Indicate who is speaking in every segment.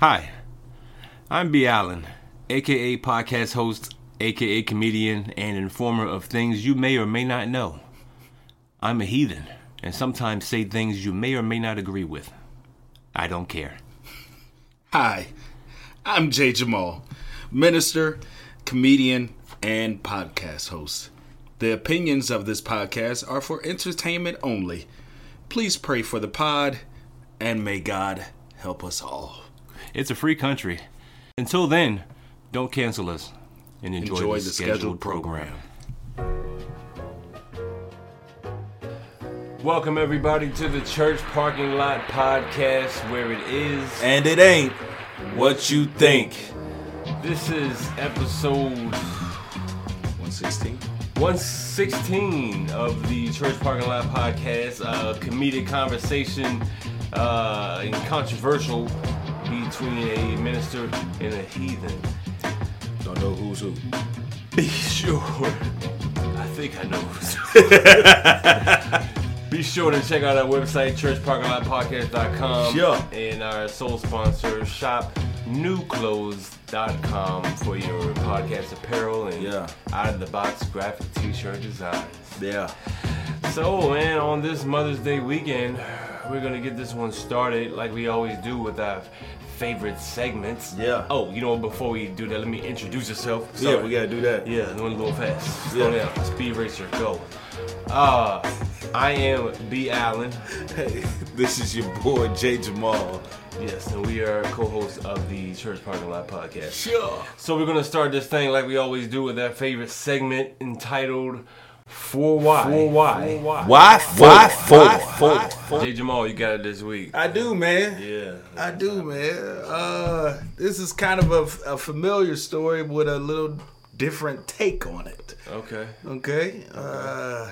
Speaker 1: Hi, I'm B. Allen, aka podcast host, aka comedian, and informer of things you may or may not know. I'm a heathen, and sometimes say things you may or may not agree with. I don't care.
Speaker 2: Hi, I'm Jay Jamal, minister, comedian, and podcast host. The opinions of this podcast are for entertainment only. Please pray for the pod, and may God help us all.
Speaker 1: It's a free country. Until then, don't cancel us and enjoy,
Speaker 2: Enjoy
Speaker 1: the, scheduled, program. Welcome, everybody, to the Church Parking Lot Podcast, where it is.
Speaker 2: And it ain't.
Speaker 1: What you think? This is episode
Speaker 2: 116.
Speaker 1: 116 of the Church Parking Lot Podcast, uh, comedic conversation uh, and controversial between a minister and a heathen.
Speaker 2: Don't know who's who.
Speaker 1: Be sure. I think I know. Be sure to check out our website, churchparkinglotpodcast.com.
Speaker 2: Sure.
Speaker 1: And our sole sponsor, shopnewclothes.com for your podcast apparel and
Speaker 2: Yeah.
Speaker 1: out of the box graphic t shirt designs.
Speaker 2: Yeah.
Speaker 1: So, man, on this Mother's Day weekend, we're gonna get this one started like we always do with our favorite segments.
Speaker 2: Yeah.
Speaker 1: Oh, you know, what, before we do that, let me introduce yourself.
Speaker 2: Yeah, we gotta do that.
Speaker 1: Yeah, it went a little fast. Slow
Speaker 2: Yeah.
Speaker 1: down. Speed racer, go. Uh, I am B. Allen.
Speaker 2: Hey, this is your boy Jay Jamal.
Speaker 1: Yes, and we are co-hosts of the Church Parking Lot Podcast.
Speaker 2: Sure.
Speaker 1: So we're gonna start this thing like we always do with our favorite segment entitled "For Why." For Why?
Speaker 2: Why four? Why four?
Speaker 1: Jay Jamal, you got it this week.
Speaker 2: I do, man.
Speaker 1: Yeah.
Speaker 2: I do, man. Uh, this is kind of a, a familiar story with a little different take on it.
Speaker 1: Okay.
Speaker 2: Okay. Uh,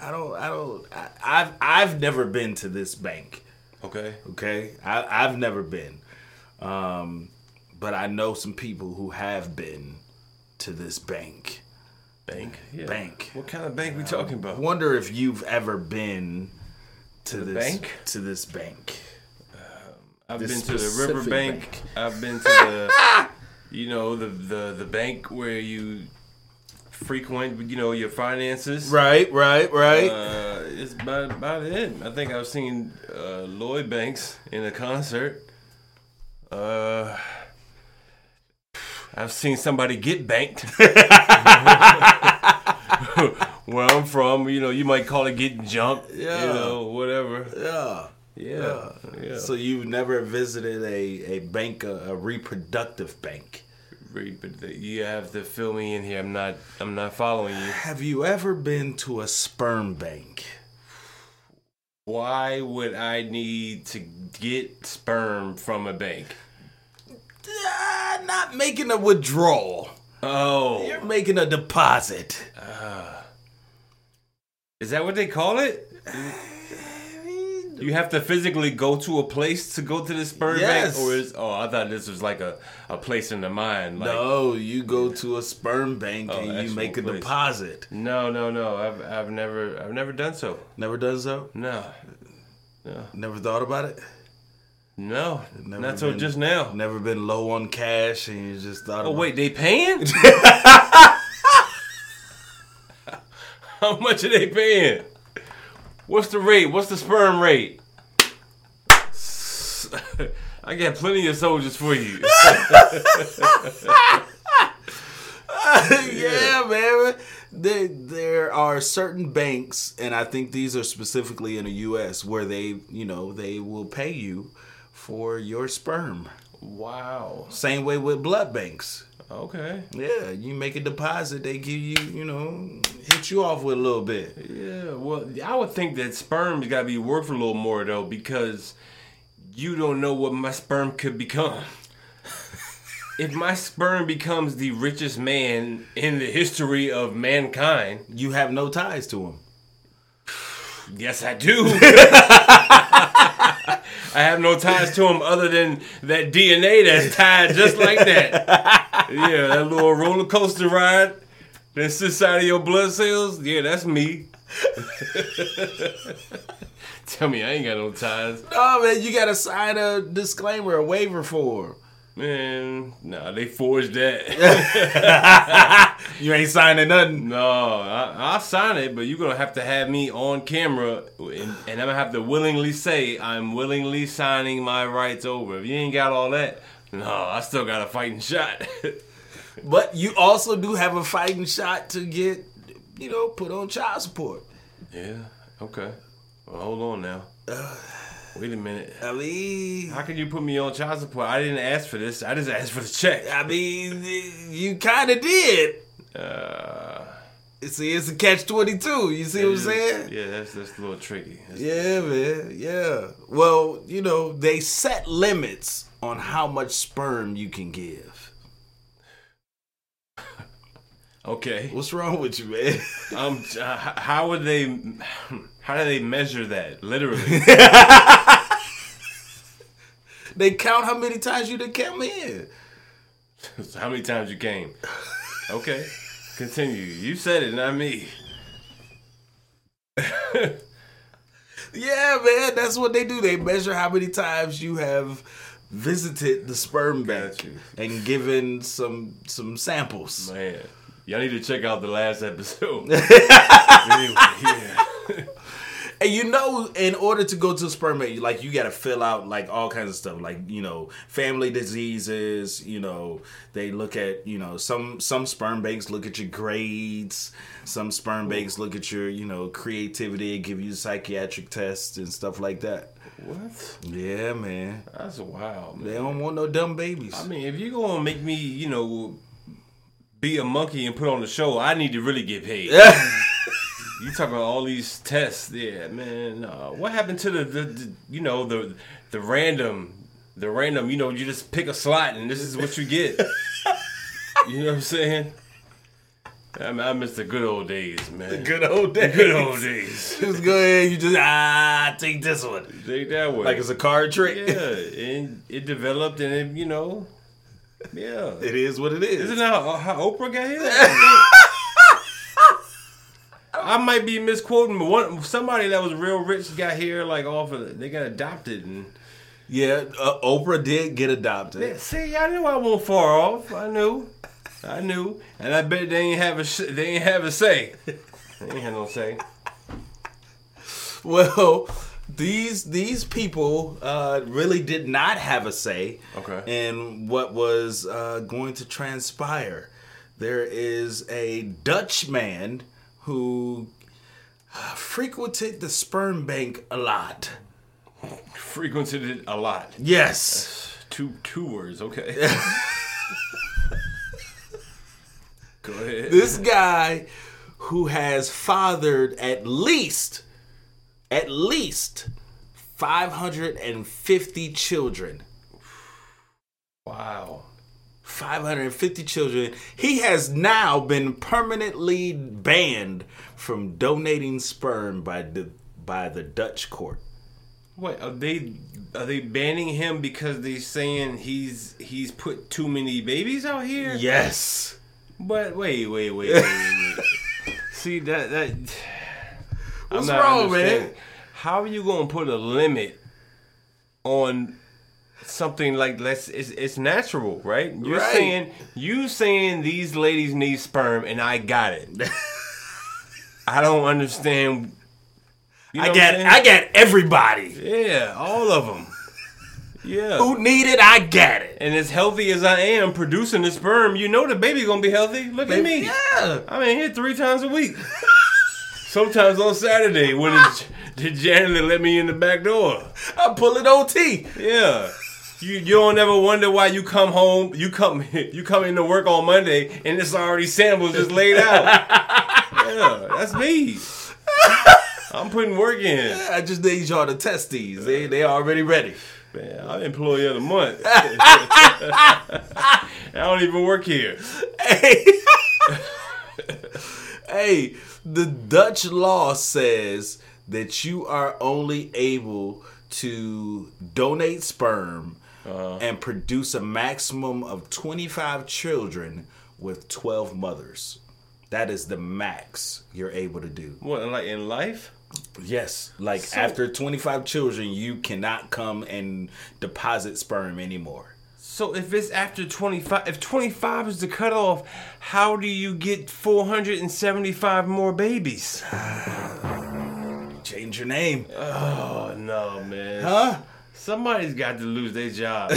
Speaker 2: I don't. I don't. I, I've I've never been to this bank.
Speaker 1: Okay.
Speaker 2: Okay. I, I've never been, um, but I know some people who have been to this bank.
Speaker 1: Bank. Yeah.
Speaker 2: Bank.
Speaker 1: What kind of bank we talking about?
Speaker 2: Wonder if you've ever been to this
Speaker 1: bank?
Speaker 2: To this bank.
Speaker 1: I've
Speaker 2: This
Speaker 1: been to the
Speaker 2: specific
Speaker 1: river bank.
Speaker 2: bank.
Speaker 1: I've been to the, you know, the, the the bank where you frequent, you know, your finances.
Speaker 2: Right. Right. Right.
Speaker 1: Uh, it's about about it. I think I've seen uh, Lloyd Banks in a concert. Uh, I've seen somebody get banked. Where I'm from, you know, you might call it getting jumped.
Speaker 2: Yeah.
Speaker 1: You know, whatever.
Speaker 2: yeah.
Speaker 1: Yeah. Yeah.
Speaker 2: So you've never visited a, a bank, a, a reproductive bank.
Speaker 1: Re- but the- you have to fill me in here. I'm not. I'm not following you.
Speaker 2: Have you ever been to a sperm bank?
Speaker 1: Why would I need to get sperm from a bank?
Speaker 2: Ah, not making a withdrawal.
Speaker 1: Oh,
Speaker 2: You're making a deposit.
Speaker 1: is that what they call it? You have to physically go to a place to go to the sperm
Speaker 2: Yes.
Speaker 1: bank, or is oh, I thought this was like a, a place in the mind. Like,
Speaker 2: No, you go to a sperm bank
Speaker 1: Oh,
Speaker 2: and you
Speaker 1: actual
Speaker 2: make a
Speaker 1: place.
Speaker 2: deposit.
Speaker 1: no, no, no. I've I've never I've never done so.
Speaker 2: Never done so?
Speaker 1: No,
Speaker 2: Never thought about it?
Speaker 1: no,
Speaker 2: Never
Speaker 1: not till
Speaker 2: been-
Speaker 1: just now.
Speaker 2: Never been low on cash and you just thought
Speaker 1: Oh
Speaker 2: about
Speaker 1: wait, they paying? How much are they paying? What's the rate? What's the sperm rate? I got plenty of soldiers for you.
Speaker 2: yeah, man. There, there are certain banks, and I think these are specifically in the U.S. where they, you know, they will pay you for your sperm.
Speaker 1: wow.
Speaker 2: Same way with blood banks.
Speaker 1: Okay.
Speaker 2: Yeah, you make a deposit, they give you, you know, hit you off with a little bit.
Speaker 1: Yeah, well, I would think that sperm's got to be worth a little more though, because you don't know what my sperm could become. if my sperm becomes the richest man in the history of mankind,
Speaker 2: You have no ties to them.
Speaker 1: yes, I do. I have no ties to him other than that DNA that's tied just like that. Yeah, that little roller coaster ride that sits out of your blood cells. Yeah, that's me. Tell me, I ain't got no ties,
Speaker 2: Oh man, you gotta sign a disclaimer, a waiver form.
Speaker 1: man. Nah, they forged that.
Speaker 2: You ain't signing nothing.
Speaker 1: no, I, I'll sign it, but you're gonna have to have me on camera, and, and I'm gonna have to willingly say I'm willingly signing my rights over. If you ain't got all that, no, I still got a fighting shot.
Speaker 2: But you also do have a fighting shot to get, you know, put on child support.
Speaker 1: yeah. Okay. Well, hold on now. Wait a minute.
Speaker 2: I mean,
Speaker 1: How can you put me on child support? I didn't ask for this. I just asked for the check.
Speaker 2: I mean, you kind of did.
Speaker 1: Uh,
Speaker 2: See, it's a catch twenty two. You see what I'm saying?
Speaker 1: Yeah, that's that's a little tricky. That's-
Speaker 2: Yeah, man. Yeah. Well, you know, they set limits on how much sperm you can give.
Speaker 1: Okay.
Speaker 2: What's wrong with you, man?
Speaker 1: Um, uh, h- how would they? How do they measure that? Literally.
Speaker 2: they count how many times you done come in.
Speaker 1: how many times you came? Okay. Continue. You said it, not me.
Speaker 2: Yeah, man. That's what they do. They measure how many times you have visited the sperm bank
Speaker 1: Got you.
Speaker 2: and given some some samples.
Speaker 1: Man, y'all need to check out the last episode. anyway, yeah.
Speaker 2: And you know, in order to go to the sperm bank, like you got to fill out like all kinds of stuff, like you know, family diseases. You know, they look at you know some some sperm banks look at your grades, some sperm banks look at your you know creativity, give you psychiatric tests and stuff like that.
Speaker 1: What?
Speaker 2: Yeah, man,
Speaker 1: That's wild, man.
Speaker 2: they don't want no dumb babies.
Speaker 1: I mean, if you're gonna make me, you know, be a monkey and put on the show, I need to really get paid. you talking about all these tests, yeah, man. Uh, what happened to the, the, the, you know, the the random, the random? You know, you just pick a slot and this is what you get. you know what I'm saying? I, mean, I miss the good old days, man.
Speaker 2: Good old days.
Speaker 1: Good old days.
Speaker 2: Just go ahead. You just ah take this one.
Speaker 1: Take that way.
Speaker 2: Like it's a card trick.
Speaker 1: yeah, and it developed, and it, you know, yeah.
Speaker 2: It is what it is.
Speaker 1: Isn't that how, how Oprah got here? I might be misquoting, but one somebody that was real rich got here like off of they got adopted and
Speaker 2: Yeah, uh, Oprah did get adopted.
Speaker 1: see I knew I wasn't far off. I knew, I knew, and I bet they ain't have a sh- they ain't have a say. They ain't had no say.
Speaker 2: Well, these these people uh, really did not have a say
Speaker 1: Okay.
Speaker 2: in what was uh, going to transpire. There is a Dutch man who uh, frequented the sperm bank a lot.
Speaker 1: Frequented it a lot.
Speaker 2: Yes.
Speaker 1: Two two words. Okay. Go ahead.
Speaker 2: This guy who has fathered at least at least 550 children.
Speaker 1: Wow.
Speaker 2: 550 children. He has now been permanently banned from donating sperm by the by the Dutch court.
Speaker 1: What are they? Are they banning him because they saying he's he's put too many babies out here?
Speaker 2: Yes.
Speaker 1: But wait, wait, wait, wait, wait, wait. See that that. I'm
Speaker 2: What's
Speaker 1: not
Speaker 2: wrong, man?
Speaker 1: understanding. How are you gonna put a limit on something like that's it's, it's natural, right? You're
Speaker 2: Right.
Speaker 1: saying you saying these ladies need sperm, and I got it. I don't understand. You know
Speaker 2: I
Speaker 1: what I'm
Speaker 2: got
Speaker 1: saying?
Speaker 2: I got everybody.
Speaker 1: Yeah, all of them. Yeah.
Speaker 2: Who needed I got it.
Speaker 1: And as healthy as I am producing the sperm, you know the baby gonna be healthy. Look at me.
Speaker 2: Yeah.
Speaker 1: I'm in here three times a week. Sometimes on Saturday when the, the janitor let me in the back door.
Speaker 2: I'm pulling OT.
Speaker 1: Yeah. You, you don't ever wonder why you come home, you come you come into work on Monday and it's already samples just laid out. yeah, that's me. I'm putting work in.
Speaker 2: I just need y'all to test these. They they already ready.
Speaker 1: Man, I'm employee of the month. I don't even work here.
Speaker 2: Hey. hey, the Dutch law says that you are only able to donate sperm and produce a maximum of 25 children with 12 mothers. That is the max you're able to do.
Speaker 1: What, like in life?
Speaker 2: Yes, like
Speaker 3: So-
Speaker 2: after 25 children, you cannot come and deposit sperm anymore.
Speaker 1: So if it's after 25, if 25 is the cutoff, how do you get 475 more babies?
Speaker 2: Change your name.
Speaker 1: Oh, no, man.
Speaker 2: Huh?
Speaker 1: Somebody's got to lose their job.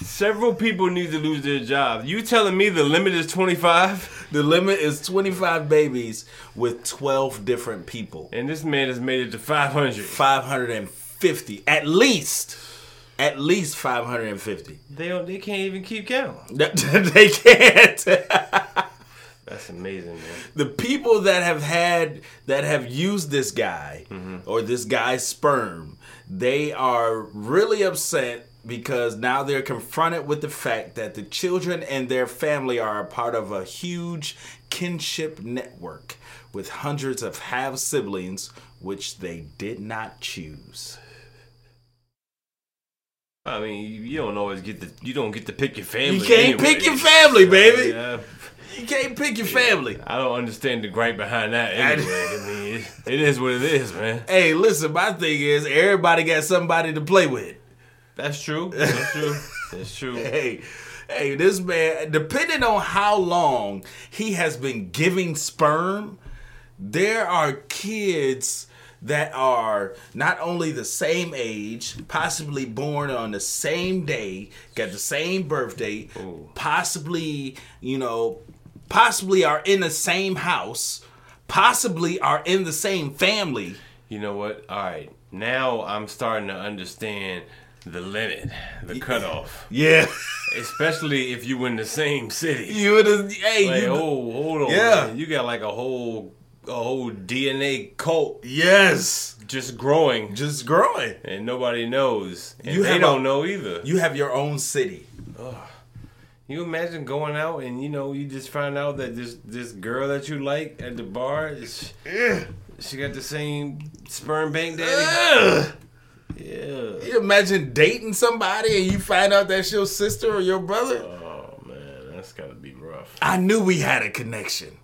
Speaker 1: Several people need to lose their job. You telling me the limit is 25?
Speaker 2: The limit is 25 babies with 12 different people.
Speaker 1: And this man has made it to 500.
Speaker 2: 550 at least. At least 550.
Speaker 1: They don't, they can't even keep count.
Speaker 2: they can't.
Speaker 1: That's amazing, man.
Speaker 2: the people that have had that have used this guy
Speaker 1: Mm-hmm.
Speaker 2: or this guy's sperm, they are really upset because now they're confronted with the fact that the children and their family are a part of a huge kinship network with hundreds of half siblings which they did not choose.
Speaker 1: I mean, you- you don't always get the you don't get to pick your family.
Speaker 2: You can't
Speaker 1: anyway.
Speaker 2: pick your family, baby.
Speaker 1: Yeah,
Speaker 2: You can't pick your family.
Speaker 1: I don't understand the gripe behind that. Anyway, I mean, it, it is what it is, man.
Speaker 2: Hey, listen, my thing is everybody got somebody to play with.
Speaker 1: That's true. That's true. That's true.
Speaker 2: hey, hey, this man, depending on how long he has been giving sperm, there are kids that are not only the same age, possibly born on the same day, got the same birthday, possibly, you know, possibly are in the same house, possibly are in the same family.
Speaker 1: You know what? All right, now I'm starting to understand the limit, the cutoff,
Speaker 2: Yeah.
Speaker 1: especially if you in the same city.
Speaker 2: you would hey,
Speaker 1: Like,
Speaker 2: you-
Speaker 1: oh, hold on.
Speaker 2: Yeah.
Speaker 1: man. You got like a whole a whole DNA cult
Speaker 2: yes,
Speaker 1: just growing
Speaker 2: just growing.
Speaker 1: and nobody knows. And
Speaker 2: You
Speaker 1: they
Speaker 2: have
Speaker 1: don't
Speaker 2: a-
Speaker 1: know either.
Speaker 2: You have your own city.
Speaker 1: You imagine going out and you know you just find out that this this girl that you like at the bar, is, she got the same sperm bank daddy.
Speaker 2: Ugh.
Speaker 1: Yeah.
Speaker 2: You imagine dating somebody and you find out that's your sister or your brother?
Speaker 1: Oh man, that's gotta be rough.
Speaker 2: I knew we had a connection.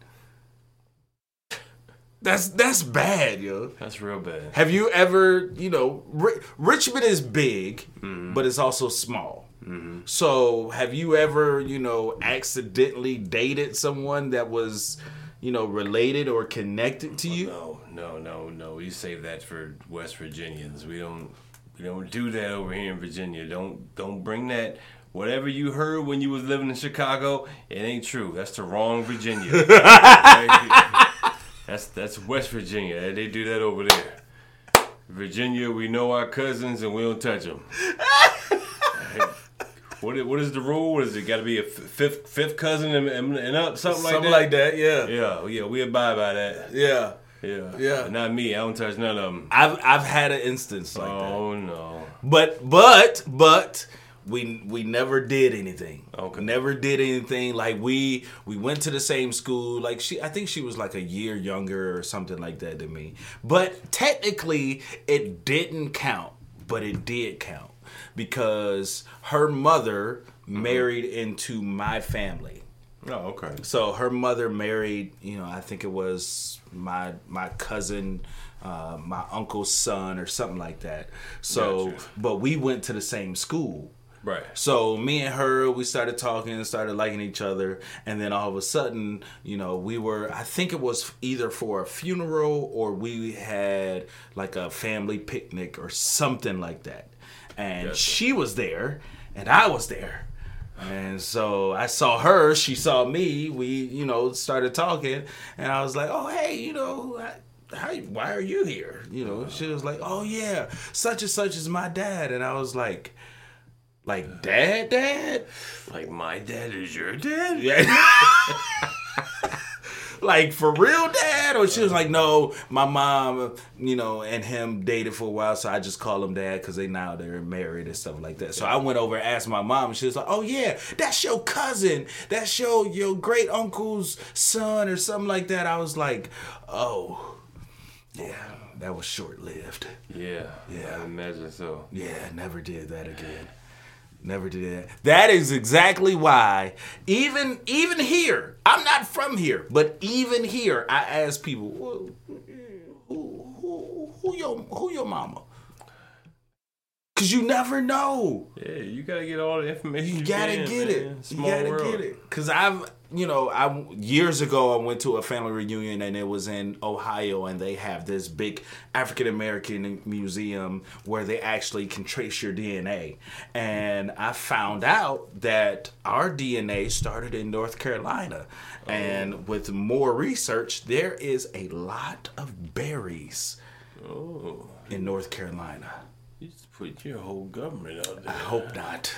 Speaker 2: That's that's bad, yo.
Speaker 1: That's real bad.
Speaker 2: Have you ever, you know, Ri- Richmond is big,
Speaker 1: Mm-hmm.
Speaker 2: but it's also small. So, have you ever, you know, accidentally dated someone that was, you know, related or connected to you?
Speaker 1: No, no, no, no. You save that for West Virginians. We don't we don't do that over here in Virginia. Don't don't bring that whatever you heard when you was living in Chicago, it ain't true. That's the wrong Virginia. Okay? that's that's West Virginia. They do that over there. Virginia, we know our cousins and we don't touch them. What is, what is the rule? What is it? Got to be a f- fifth fifth cousin and, and, and up something like
Speaker 2: Something
Speaker 1: that.
Speaker 2: like that, yeah.
Speaker 1: yeah, yeah, we abide by that.
Speaker 2: Yeah.
Speaker 1: Yeah.
Speaker 2: Yeah.
Speaker 1: But Not me. I don't touch none of them.
Speaker 2: I've I've had an instance like that.
Speaker 1: Oh no.
Speaker 2: But but but we we never did anything.
Speaker 1: Okay.
Speaker 2: Never did anything. Like we we went to the same school. Like she I think she was like a year younger or something like that than me. But technically it didn't count, but it did count because her mother married into my family.
Speaker 1: Oh, okay.
Speaker 2: So her mother married, you know, I think it was my my cousin, uh, my uncle's son, or something like that. So,
Speaker 1: Gotcha.
Speaker 2: but we went to the same school.
Speaker 1: Right.
Speaker 2: So me and her, we started talking and started liking each other, and then all of a sudden, you know, we were. I think it was either for a funeral or we had like a family picnic or something like that, and
Speaker 1: Gotcha.
Speaker 2: she was there and I was there, and so I saw her, she saw me. We, you know, started talking, and I was like, "Oh, hey, you know." I, how, why are you here? You know, she was like, "Oh yeah, such and such is my dad," and I was like, like dad, dad,
Speaker 1: Like my dad is your dad.
Speaker 2: like for real, dad. Or she was like, no, my mom, you know, and him dated for a while, so I just call him dad because they now they're married and stuff like that. So I went over and asked my mom, and she was like, oh yeah, that's your cousin, that's your your great uncle's son or something like that. I was like, oh, yeah, that was short lived.
Speaker 1: Yeah.
Speaker 2: Yeah.
Speaker 1: I imagine so.
Speaker 2: Yeah, never did that again. Never did that. That is exactly why even even here, I'm not from here, but even here I ask people, well, who your who your mama? Cause you never know.
Speaker 1: Yeah, you gotta get all the information.
Speaker 2: You gotta
Speaker 1: can,
Speaker 2: get
Speaker 1: man.
Speaker 2: it.
Speaker 1: Small
Speaker 2: you gotta
Speaker 1: world.
Speaker 2: get it. Cause I've, you know, I years ago I went to a family reunion and it was in Ohio and they have this big African American museum where they actually can trace your DNA. And I found out that our DNA started in North Carolina,
Speaker 1: Oh,
Speaker 2: and with more research, there is a lot of berries
Speaker 1: Oh,
Speaker 2: in North Carolina.
Speaker 1: you just put your whole government out
Speaker 2: I
Speaker 1: there.
Speaker 2: hope not.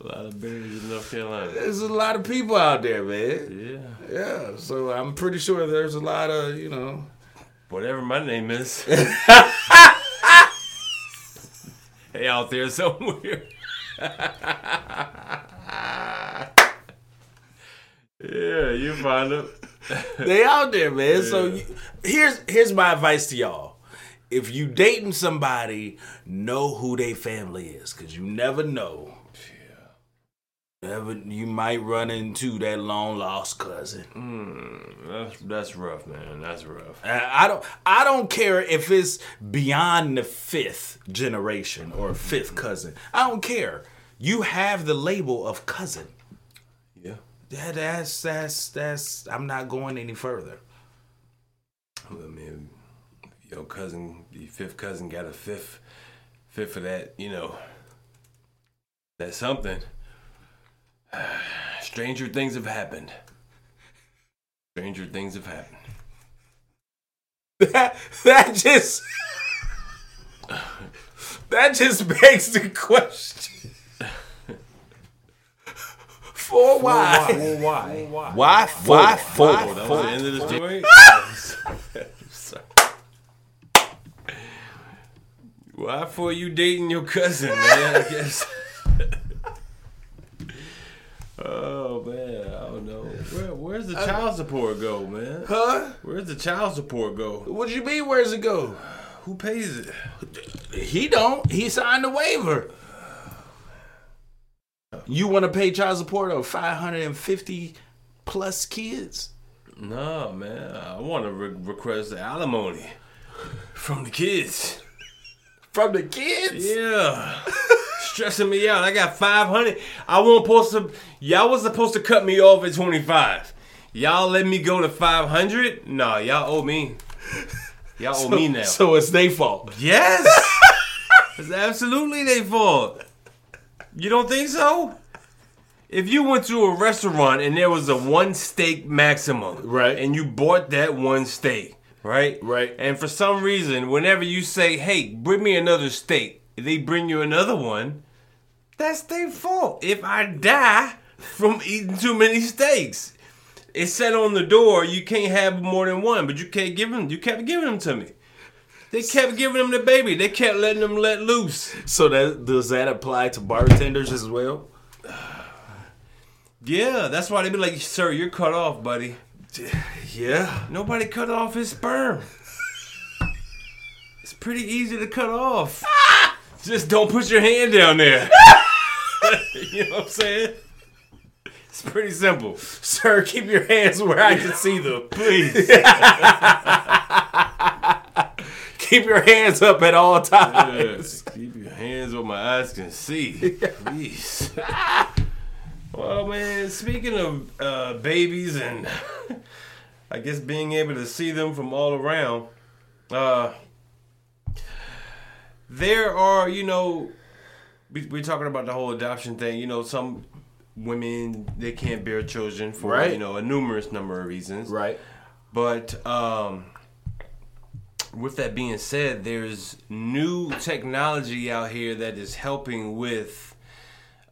Speaker 1: A lot of berries in North Carolina.
Speaker 2: There's a lot of people out there, man.
Speaker 1: Yeah,
Speaker 2: Yeah, so I'm pretty sure there's a lot of, you know.
Speaker 1: whatever my name is. hey, out there somewhere. yeah, you find it.
Speaker 2: They out there, man. So you, here's here's my advice to y'all. If you dating somebody, know who they family is cuz you never know. Never, you might run into that long lost cousin.
Speaker 1: That's that's rough, man. That's rough.
Speaker 2: Uh, I don't I don't care if it's beyond the fifth generation or fifth cousin. I don't care. You have the label of cousin.
Speaker 1: Yeah.
Speaker 2: That, that's that's that's I'm not going any further.
Speaker 1: I mean, if your cousin, your fifth cousin, got a fifth, fifth of that. You know, that's something. Stranger things have happened. Stranger things have happened.
Speaker 2: that that just that just begs the question for why
Speaker 1: why? Why?
Speaker 2: why why
Speaker 1: Oh, that was the end of the story. I'm sorry. Why for you dating your cousin, man? I guess. oh man, I don't know. Where, where's the child support go, man?
Speaker 2: huh
Speaker 1: Where's the child support go?
Speaker 2: what you mean where's it go
Speaker 1: Who pays it?
Speaker 2: he don't he signed a waiver you want to pay child support of 550 plus kids
Speaker 1: No, man. I want to re- request the alimony from the kids.
Speaker 2: from the kids
Speaker 1: Yeah. Stressing me out. I got 500. I wasn't supposed to. Y'all was supposed to cut me off at 25. Y'all let me go to 500? Nah, y'all owe me. Y'all owe me now.
Speaker 2: so it's their fault
Speaker 1: yes! It's absolutely their fault. You don't think so? If you went to a restaurant and there was a one steak maximum,
Speaker 2: Right.
Speaker 1: and you bought that one steak, right?
Speaker 2: Right.
Speaker 1: And for some reason, whenever you say, "Hey, bring me another steak," they bring you another one. That's their fault. If I die from eating too many steaks, it said on the door you can't have more than one, but you can't give them. You kept giving them to me. They kept giving them to baby. They kept letting them let loose.
Speaker 2: so that does that apply to bartenders as well
Speaker 1: Yeah, that's why they be like, "Sir, you're cut off, buddy."
Speaker 2: Yeah.
Speaker 1: Nobody cut off his sperm. it's pretty easy to cut off. Just don't put your hand down there. you know what I'm saying? It's pretty simple.
Speaker 2: Sir, keep your hands where I can see them.
Speaker 1: Please.
Speaker 2: Keep your hands up at all times.
Speaker 1: Uh, keep your hands where my eyes can see. Please. well, man, speaking of uh, babies and I guess being able to see them from all around, uh, there are, you know, we, we're talking about the whole adoption thing. You know, some women, they can't bear children for,
Speaker 2: Right.
Speaker 1: you know, a numerous number of reasons.
Speaker 2: Right.
Speaker 1: But um, with that being said, there's new technology out here that is helping with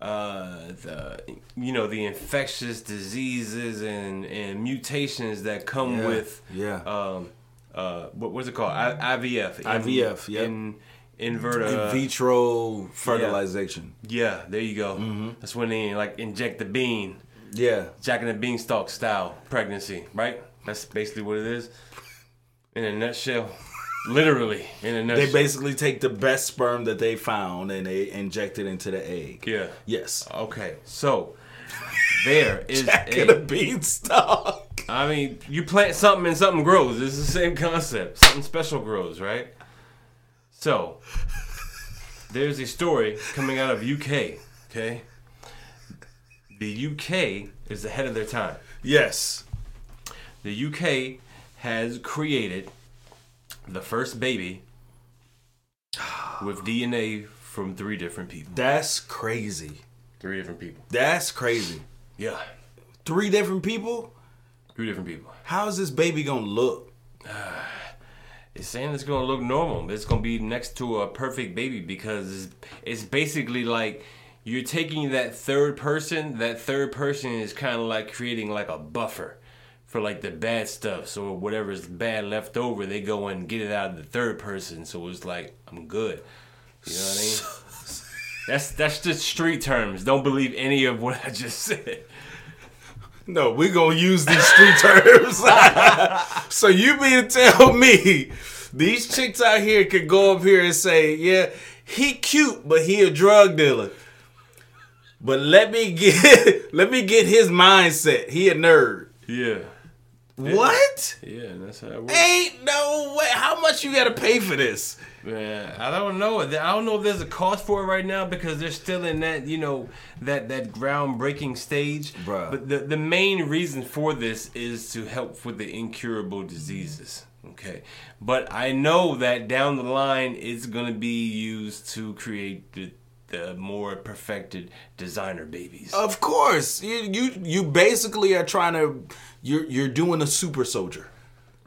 Speaker 1: uh, the you know the infectious diseases and, and mutations that come
Speaker 2: Yeah,
Speaker 1: with
Speaker 2: yeah.
Speaker 1: um, uh, what was it called I, IVF in-
Speaker 2: IVF, yep.
Speaker 1: in, inverted
Speaker 2: In vitro fertilization.
Speaker 1: yeah there you go
Speaker 2: Mm-hmm.
Speaker 1: that's when they like inject the bean
Speaker 2: Yeah.
Speaker 1: Jack and the Beanstalk style pregnancy, right? That's basically what it is. In a nutshell, literally, in a
Speaker 2: They
Speaker 1: nutshell.
Speaker 2: basically take the best sperm that they found and they inject it into the egg.
Speaker 1: yeah.
Speaker 2: Yes.
Speaker 1: Okay. So there is
Speaker 2: Jack
Speaker 1: a-
Speaker 2: and a beanstalk.
Speaker 1: I mean, you plant something and something grows. It's the same concept. Something special grows, right? So, there's a story coming out of UK. Okay, the UK is ahead of their time.
Speaker 2: Yes.
Speaker 1: The UK has created the first baby with DNA from three different people.
Speaker 2: That's crazy.
Speaker 1: Three different people.
Speaker 2: That's crazy.
Speaker 1: Yeah,
Speaker 2: Three different people?
Speaker 1: three different people.
Speaker 2: How is this baby gonna look?
Speaker 1: It's saying it's gonna look normal. It's gonna be next to a perfect baby because it's, it's basically like you're taking that third person. That third person is kind of like creating like a buffer for like the bad stuff. So whatever's bad left over, they go and get it out of the third person. So it's like I'm good. You know what I mean? That's that's just street terms. Don't believe any of what I just said.
Speaker 2: No, we gonna use these street terms. so you mean to tell me these chicks out here could go up here and say, yeah, he cute, but he a drug dealer. But let me get let me get his mindset. He a nerd.
Speaker 1: Yeah,
Speaker 2: What?
Speaker 1: yeah, and that's how it works.
Speaker 2: Ain't no way. How much you gotta pay for this?
Speaker 1: Man, I don't know. I don't know if there's a cost for it right now because they're still in that, you know, that that groundbreaking stage.
Speaker 2: Bruh.
Speaker 1: But the the main reason for this is to help with the incurable diseases. Okay, but I know that down the line it's gonna be used to create the, the more perfected designer babies.
Speaker 2: Of course. You you you basically are trying to you're you're doing a super soldier.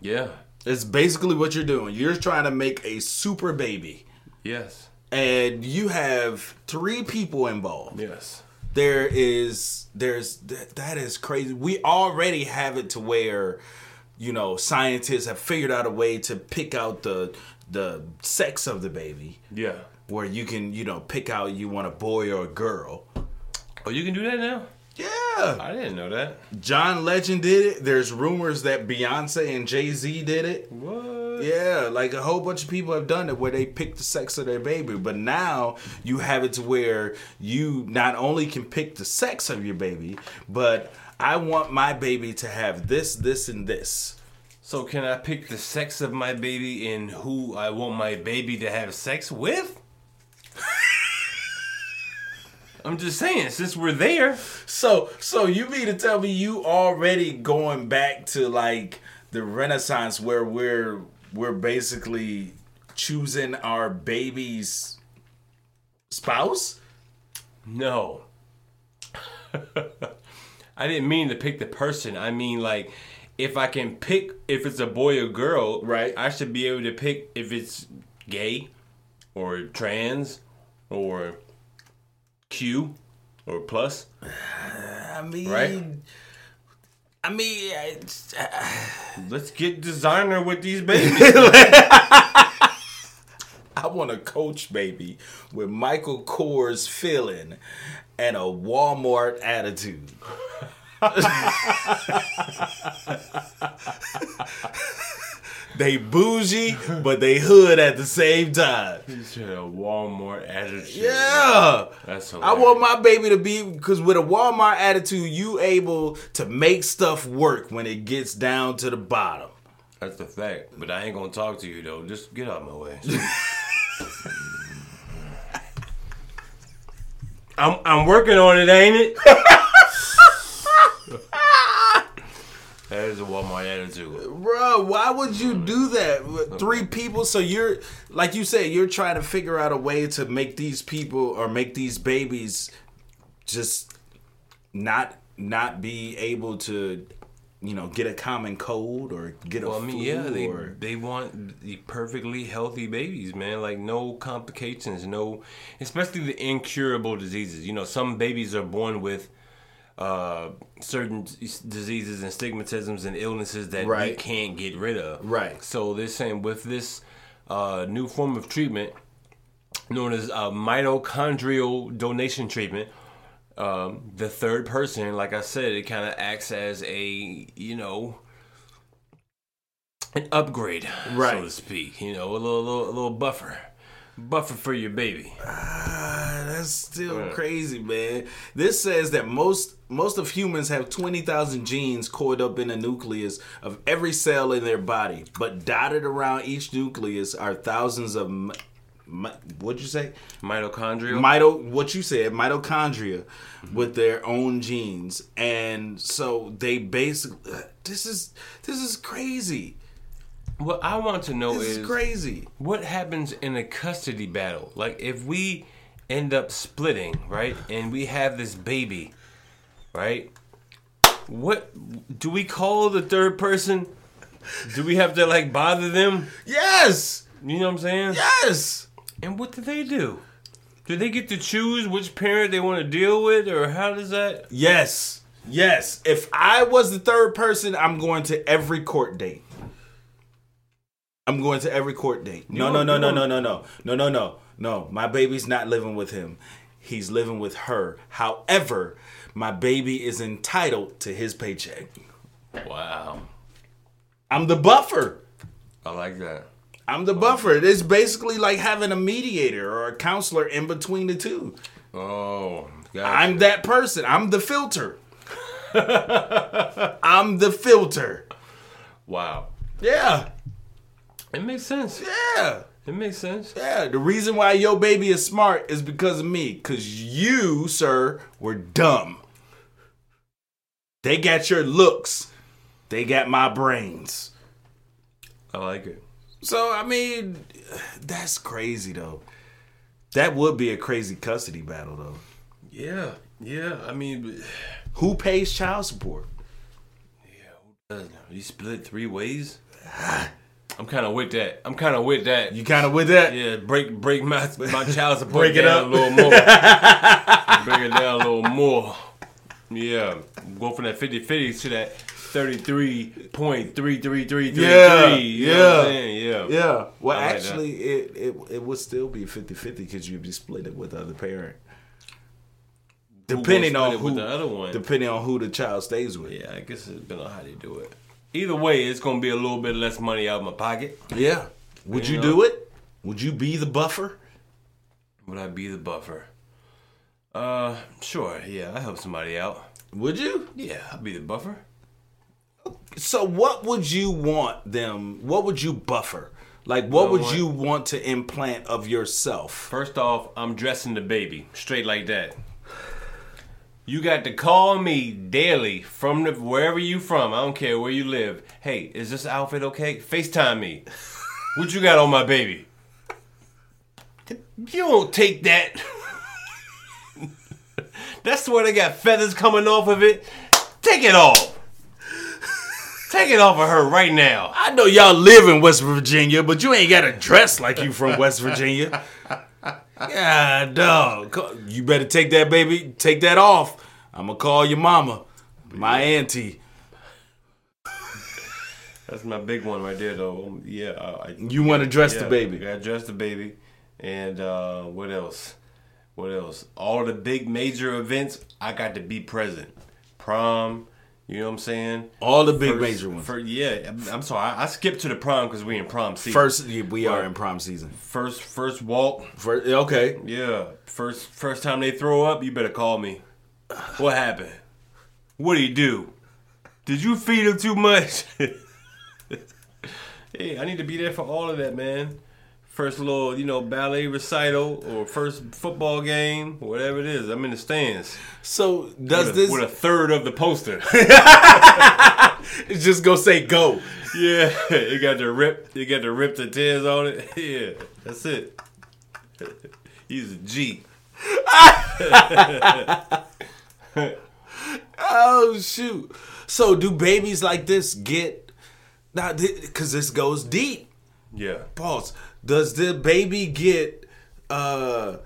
Speaker 1: yeah.
Speaker 2: It's basically what you're doing. You're trying to make a super baby.
Speaker 1: Yes.
Speaker 2: And you have three people involved.
Speaker 1: Yes.
Speaker 2: There is there's that, that is crazy. We already have it to where you know, scientists have figured out a way to pick out the the sex of the baby
Speaker 1: Yeah.
Speaker 2: where you can, you know, pick out you want a boy or a girl.
Speaker 1: Oh, you can do that now.
Speaker 2: Yeah.
Speaker 1: I didn't know that.
Speaker 2: John Legend did it. There's rumors that Beyonce and Jay Z did it.
Speaker 1: What?
Speaker 2: Yeah, like a whole bunch of people have done it where they pick the sex of their baby. But now you have it to where you not only can pick the sex of your baby, but I want my baby to have this, this, and this.
Speaker 1: So can I pick the sex of my baby and who I want my baby to have sex with? I'm just saying, since we're there,
Speaker 2: So, so you mean to tell me you already going back to like the Renaissance where we're we're basically choosing our baby's spouse?
Speaker 1: no. I didn't mean to pick the person. I mean like if I can pick if it's a boy or girl,
Speaker 2: Right.
Speaker 1: I should be able to pick if it's gay or trans or Q or plus.
Speaker 2: I mean,
Speaker 1: Right.
Speaker 2: I mean, it's-
Speaker 1: Let's get designer with these babies.
Speaker 2: I want a coach baby with Michael Kors feeling and a Walmart attitude. they bougie, but they hood at the same time.
Speaker 1: He's had a Walmart attitude.
Speaker 2: Yeah.
Speaker 1: That's
Speaker 2: I
Speaker 1: hilarious.
Speaker 2: want my baby to be because with a Walmart attitude, you able to make stuff work when it gets down to the bottom.
Speaker 1: That's the fact. But I ain't gonna talk to you though. Just get out of my way. I'm I'm working on it, ain't it? that is a Walmart attitude.
Speaker 2: Bro, why would you
Speaker 1: Mm.
Speaker 2: do that? With Three people, so you're like you said, you're trying to figure out a way to make these people or make these babies just not not be able to, you know, get a common cold or get a
Speaker 1: Well, I mean, yeah,
Speaker 2: flu
Speaker 1: they
Speaker 2: or
Speaker 1: they want the perfectly healthy babies, man. Like no complications, no, especially the incurable diseases. You know, some babies are born with uh, certain s- diseases and stigmatisms and illnesses that we
Speaker 2: Right.
Speaker 1: can't get rid of.
Speaker 2: Right.
Speaker 1: So they're saying with this uh, new form of treatment, known as uh, mitochondrial donation treatment, um, the third person, like I said, it kind of acts as a you know an upgrade, so
Speaker 2: Right.
Speaker 1: to speak. You know, a little, little, a little buffer. Buffer for your baby.
Speaker 2: Ah, that's still crazy, man. This says that most most of humans have twenty thousand genes coiled up in the nucleus of every cell in their body, but dotted around each nucleus are thousands of. Mi- mi- what'd you say?
Speaker 1: Mitochondrial.
Speaker 2: Mito, what you said, mitochondria, with their own genes, and so they basically. This is this is crazy.
Speaker 1: what I want to know
Speaker 2: This
Speaker 1: is,
Speaker 2: is crazy.
Speaker 1: what happens in a custody battle? Like if we end up splitting, right, and we have this baby, right? What do we call the third person? Do we have to like bother them?
Speaker 2: Yes,
Speaker 1: You know what I'm saying?
Speaker 2: yes.
Speaker 1: And what do they do? Do they get to choose which parent they want to deal with, or how does that?
Speaker 2: Yes. Yes. If I was the third person, I'm going to every court date. I'm going to every court date. No, no, no, no, no, no, no. No, no, no. No. My baby's not living with him. He's living with her. However, my baby is entitled to his paycheck.
Speaker 1: Wow,
Speaker 2: I'm the buffer.
Speaker 1: I like that.
Speaker 2: I'm the buffer. It's basically like having a mediator or a counselor in between the two.
Speaker 1: Oh, God.
Speaker 2: I'm that person. I'm the filter. I'm the filter.
Speaker 1: wow.
Speaker 2: Yeah.
Speaker 1: It makes sense.
Speaker 2: Yeah.
Speaker 1: It makes sense.
Speaker 2: Yeah. The reason why your baby is smart is because of me. Because you, sir, were dumb. They got your looks, they got my brains.
Speaker 1: I like it.
Speaker 2: So, I mean, that's crazy, though. That would be a crazy custody battle, though.
Speaker 1: Yeah, yeah. I mean,
Speaker 2: Who pays child support?
Speaker 1: uh, you split three ways. I'm kind of with that. I'm kind of with that.
Speaker 2: You kind of with that?
Speaker 1: yeah, break break my my child support
Speaker 2: Break it
Speaker 1: down
Speaker 2: up.
Speaker 1: a little more. break it down a little more. Yeah, go from that 50-50 to that thirty three point three three three three
Speaker 2: Yeah,
Speaker 1: three. You know what I'm
Speaker 2: yeah.
Speaker 1: saying? yeah,
Speaker 2: Yeah. Well,
Speaker 1: I like that.
Speaker 2: actually, it, it it would still be 50-50 because you'd be split it with the other parent. Depending
Speaker 1: gonna
Speaker 2: on
Speaker 1: split it with
Speaker 2: who,
Speaker 1: the other one?
Speaker 2: depending on who the child stays with.
Speaker 1: Yeah, I guess it depends on how they do it. Either way, it's gonna be a little bit less money out of my pocket.
Speaker 2: Yeah. Would you
Speaker 1: Yeah.
Speaker 2: do it? Would you be the buffer?
Speaker 1: Would I be the buffer? Uh, sure. Yeah, I help somebody out.
Speaker 2: Would you?
Speaker 1: Yeah, I'll be the buffer.
Speaker 2: So, what would you want them? What would you buffer? Like, what would
Speaker 1: want-
Speaker 2: you want to implant of yourself?
Speaker 1: First off, I'm dressing the baby straight like that. You got to call me daily from the, wherever you from. I don't care where you live. Hey, is this outfit okay? Facetime me. What you got on my baby? You don't take that. That's where they got feathers coming off of it. Take it off. Take it off of her right now.
Speaker 2: I know y'all live in West Virginia, but you ain't got to dress like you from West Virginia. yeah, dog. Co- You better take that baby, take that off. I'm gonna call your mama, my auntie.
Speaker 1: That's my big one right there, though. Yeah, I, I-
Speaker 2: You want to dress
Speaker 1: Yeah,
Speaker 2: the baby?
Speaker 1: Yeah, dress the baby. And uh, what else? What else? All the big major events, I got to be present. Prom, you know what I'm saying?
Speaker 2: All the big major ones.
Speaker 1: Fir- yeah, I'm- I'm sorry. I, I skipped to the prom because we in prom season.
Speaker 2: First, yeah, we are in prom season.
Speaker 1: first, first walk.
Speaker 2: First, okay.
Speaker 1: Yeah, first, first time they throw up, you better call me. What happened? What do you do? Did you feed him too much? hey, I need to be there for all of that, man. First little, you know, ballet recital or first football game, whatever it is, I'm in the stands
Speaker 2: So does
Speaker 1: with,
Speaker 2: this?
Speaker 1: a, with a third of the poster.
Speaker 2: it's just gonna say go.
Speaker 1: yeah, it got the rip, it got the rip the tears on it. Yeah, that's it. He's a G.
Speaker 2: Oh shoot! So do babies like this get? Now, because this goes deep.
Speaker 1: Yeah.
Speaker 2: Pause. Does the baby get uh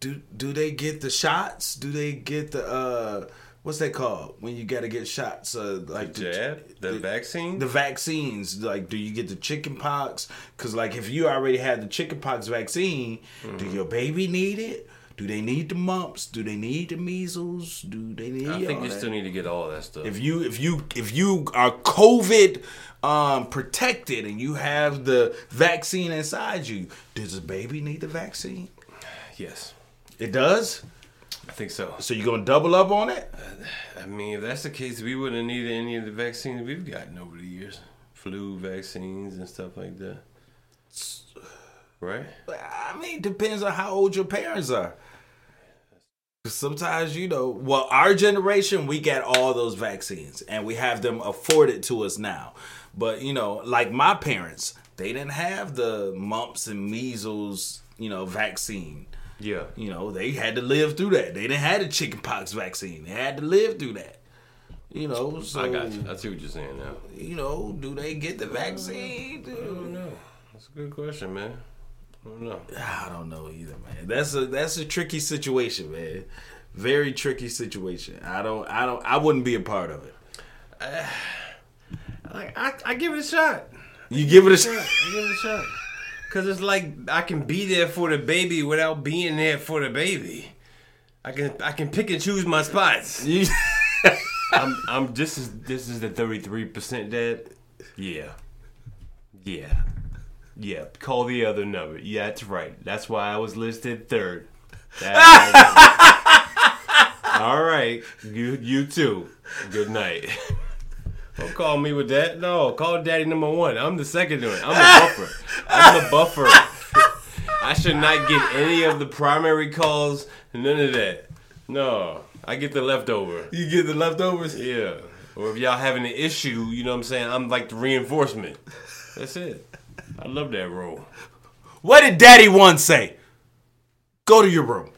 Speaker 2: do do they get the shots? Do they get the uh what's that called? When you gotta get shots uh like the-
Speaker 1: Jab, the, vaccine.
Speaker 2: the vaccines, like, do you get the chicken
Speaker 1: Mm-hmm.
Speaker 2: pox? Because, like, if you already had the chicken pox vaccine, do your baby need it? Do they need the mumps? Do they need the measles? Do they need?
Speaker 1: I think
Speaker 2: all
Speaker 1: you
Speaker 2: that?
Speaker 1: still need to get all that stuff.
Speaker 2: If you if you if you are COVID um, protected and you have the vaccine inside you, does the baby need the vaccine?
Speaker 1: yes,
Speaker 2: It does.
Speaker 1: I think so.
Speaker 2: So you're gonna double up on it?
Speaker 1: I mean, if that's the case, we wouldn't have needed any of the vaccines we've gotten over the years, flu vaccines and stuff like that. Right?
Speaker 2: I mean, depends on how old your parents are. Sometimes you know, well, our generation we got all those vaccines and we have them afforded to us now. But you know, like my parents, they didn't have the mumps and measles, you know, vaccine.
Speaker 1: Yeah.
Speaker 2: You know, they had to live through that. They didn't have the chickenpox vaccine. They had to live through that. You know, so
Speaker 1: I got you. I see what you're saying now.
Speaker 2: you know, do they get the vaccine?
Speaker 1: I don't know. That's a good question, man. I don't know.
Speaker 2: I don't know either, man. That's a that's a tricky situation, man. Very tricky situation. I don't I don't I wouldn't be a part of it.
Speaker 1: Like, I, I give it a shot.
Speaker 2: You give it a shot.
Speaker 1: I give it a shot. Cause it's like I can be there for the baby without being there for the baby. I can I can pick and choose my spots.
Speaker 2: You-
Speaker 1: I'm I'm this is this is the 33% dad. Yeah. Yeah. Yeah. Call the other number. Yeah, that's right. That's why I was listed third. That's- All right. You you too. Good night. Don't call me with that. No, call daddy number one. I'm the second one. I'm the buffer. I'm the buffer. I should not get any of the primary calls. None of that. No, I get the leftover.
Speaker 2: you get the leftovers.
Speaker 1: Yeah. Or if y'all having an issue, you know what I'm saying? I'm like the reinforcement. That's it. I love that role.
Speaker 2: What did Daddy One say? Go to your room.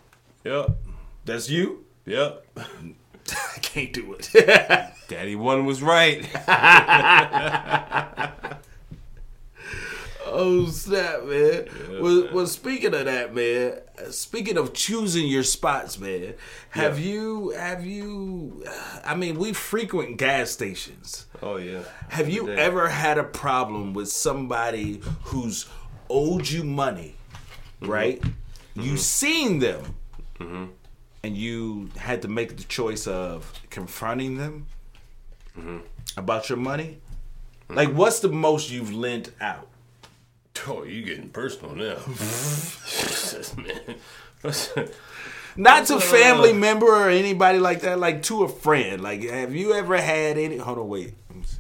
Speaker 1: Yep.
Speaker 2: That's you?
Speaker 1: Yep.
Speaker 2: I can't do it.
Speaker 1: Daddy one was right.
Speaker 2: oh snap, man. well, well speaking of that, man, speaking of choosing your spots, man, have you have you I mean, we frequent gas stations.
Speaker 1: Oh yeah.
Speaker 2: Have you
Speaker 1: Every day.
Speaker 2: ever had a problem with somebody who's owed you money,
Speaker 1: Mm-hmm.
Speaker 2: right? You seen them, and you had to make the choice of confronting them
Speaker 1: Mm-hmm.
Speaker 2: about your money. Like, what's the most you've lent out?
Speaker 1: Oh, you getting personal now. Man.
Speaker 2: Not to family member or anybody like that. Like to a friend. Like, have you ever had any? Hold on, wait. Let me see.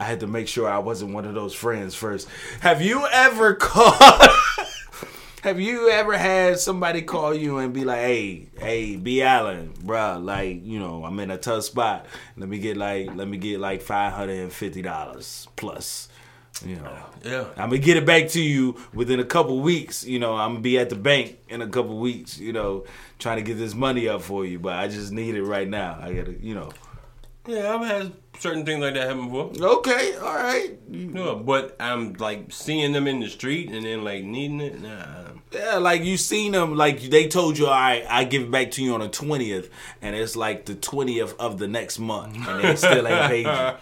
Speaker 2: I had to make sure I wasn't one of those friends first. Have you ever called? have you ever had somebody call you and be like, "Hey, hey, B. Allen, bruh, like, you know, I'm in a tough spot. Let me get like, let me get like five hundred and fifty dollars plus." You know,
Speaker 1: Yeah.
Speaker 2: I'm gonna get it back to you within a couple weeks. You know, I'm gonna be at the bank in a couple weeks. You know, trying to get this money up for you, but I just need it right now. I gotta, you know.
Speaker 1: yeah, I've had certain things like that happen before.
Speaker 2: Okay, all right. You-
Speaker 1: No, but I'm like seeing them in the street and then like needing it. Nah.
Speaker 2: Yeah, like you seen them, like they told you, all right, I give it back to you on the twentieth, and it's like the twentieth of the next month, and they still ain't paid you.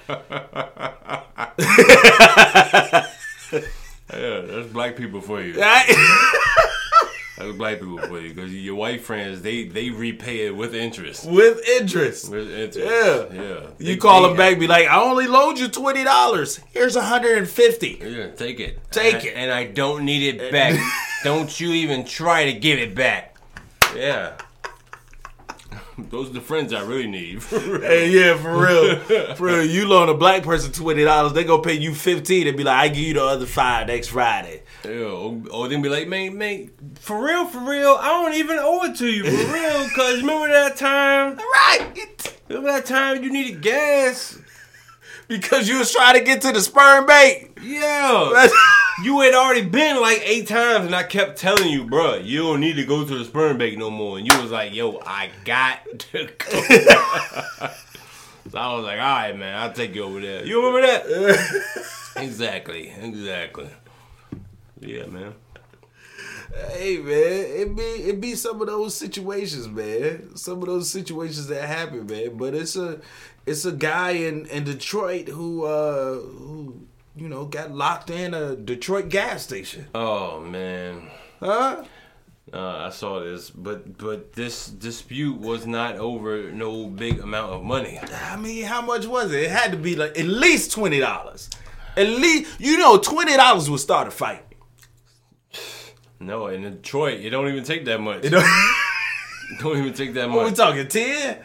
Speaker 1: Yeah, that's black people for you. That's black people for you because your white friends they they repay it with interest.
Speaker 2: With interest.
Speaker 1: With interest.
Speaker 2: Yeah.
Speaker 1: yeah.
Speaker 2: You
Speaker 1: They-
Speaker 2: call
Speaker 1: they-
Speaker 2: them back, be like, I only loaned you twenty dollars. Here's a hundred and fifty.
Speaker 1: Yeah, take it.
Speaker 2: Take
Speaker 1: And I-
Speaker 2: it.
Speaker 1: And I don't need it back. don't you even try to give it back. Yeah. Those are the friends I really need.
Speaker 2: Hey, yeah, for real, for real. You loan a black person twenty dollars, they gonna pay you fifteen and be like, I give you the other five next Friday.
Speaker 1: Yeah, or, or oh, then be like, man, man, for real, for real, I don't even owe it to you, for real, cause remember that time,
Speaker 2: Right,
Speaker 1: remember that time you needed gas?
Speaker 2: because you was trying to get to the sperm bank.
Speaker 1: Yeah, you had already been like eight times, and I kept telling you, bruh, you don't need to go to the sperm bank no more. And you was like, yo, I got to go. so I was like, all right, man, I'll take you over there. You remember that? exactly, exactly. Yeah, man.
Speaker 2: Hey man, it be it be some of those situations, man. Some of those situations that happen, man. But it's a it's a guy in, in Detroit who uh who you know got locked in a Detroit gas station.
Speaker 1: Oh man,
Speaker 2: Huh?
Speaker 1: Uh, I saw this, but but this dispute was not over no big amount of money.
Speaker 2: I mean, how much was it? It had to be like at least twenty dollars. At least you know twenty dollars would start a fight.
Speaker 1: No, in Detroit, it don't even take that much. It
Speaker 2: know-
Speaker 1: don't, even take that
Speaker 2: We
Speaker 1: much.
Speaker 2: talking ten?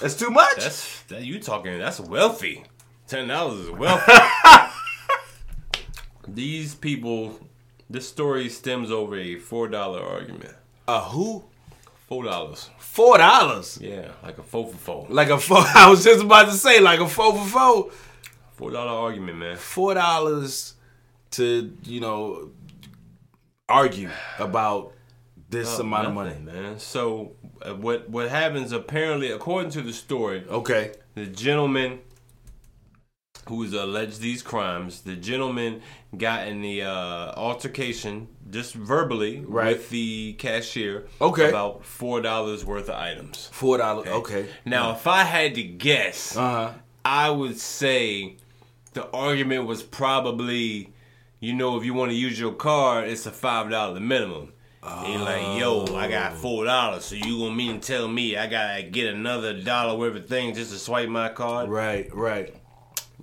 Speaker 2: That's too much.
Speaker 1: That's that you talking. That's wealthy. Ten dollars is wealthy. These people. This story stems over a four dollar argument.
Speaker 2: a who?
Speaker 1: Four dollars.
Speaker 2: Four dollars.
Speaker 1: Yeah, like a four for four.
Speaker 2: Like a four. I was just about to say like a four for four.
Speaker 1: Four dollar argument, man.
Speaker 2: Four dollars to you know argue about this amount of money.
Speaker 1: Oh, Nothing, man. So uh, what what happens apparently, according to the story,
Speaker 2: Okay.
Speaker 1: the gentleman who is alleged these crimes, the gentleman got in the uh, altercation just verbally
Speaker 2: Right.
Speaker 1: with the cashier
Speaker 2: Okay.
Speaker 1: about four dollars worth of items.
Speaker 2: Four dollars. Okay.
Speaker 1: Now, if I had to guess,
Speaker 2: Uh huh.
Speaker 1: I would say the argument was probably, you know, if you want to use your card, it's a five dollar minimum. And you're like, yo, I
Speaker 2: Oh.
Speaker 1: got four dollars, so you gonna mean to tell me I gotta get another dollar worth of things just to swipe my card?
Speaker 2: Right. Right.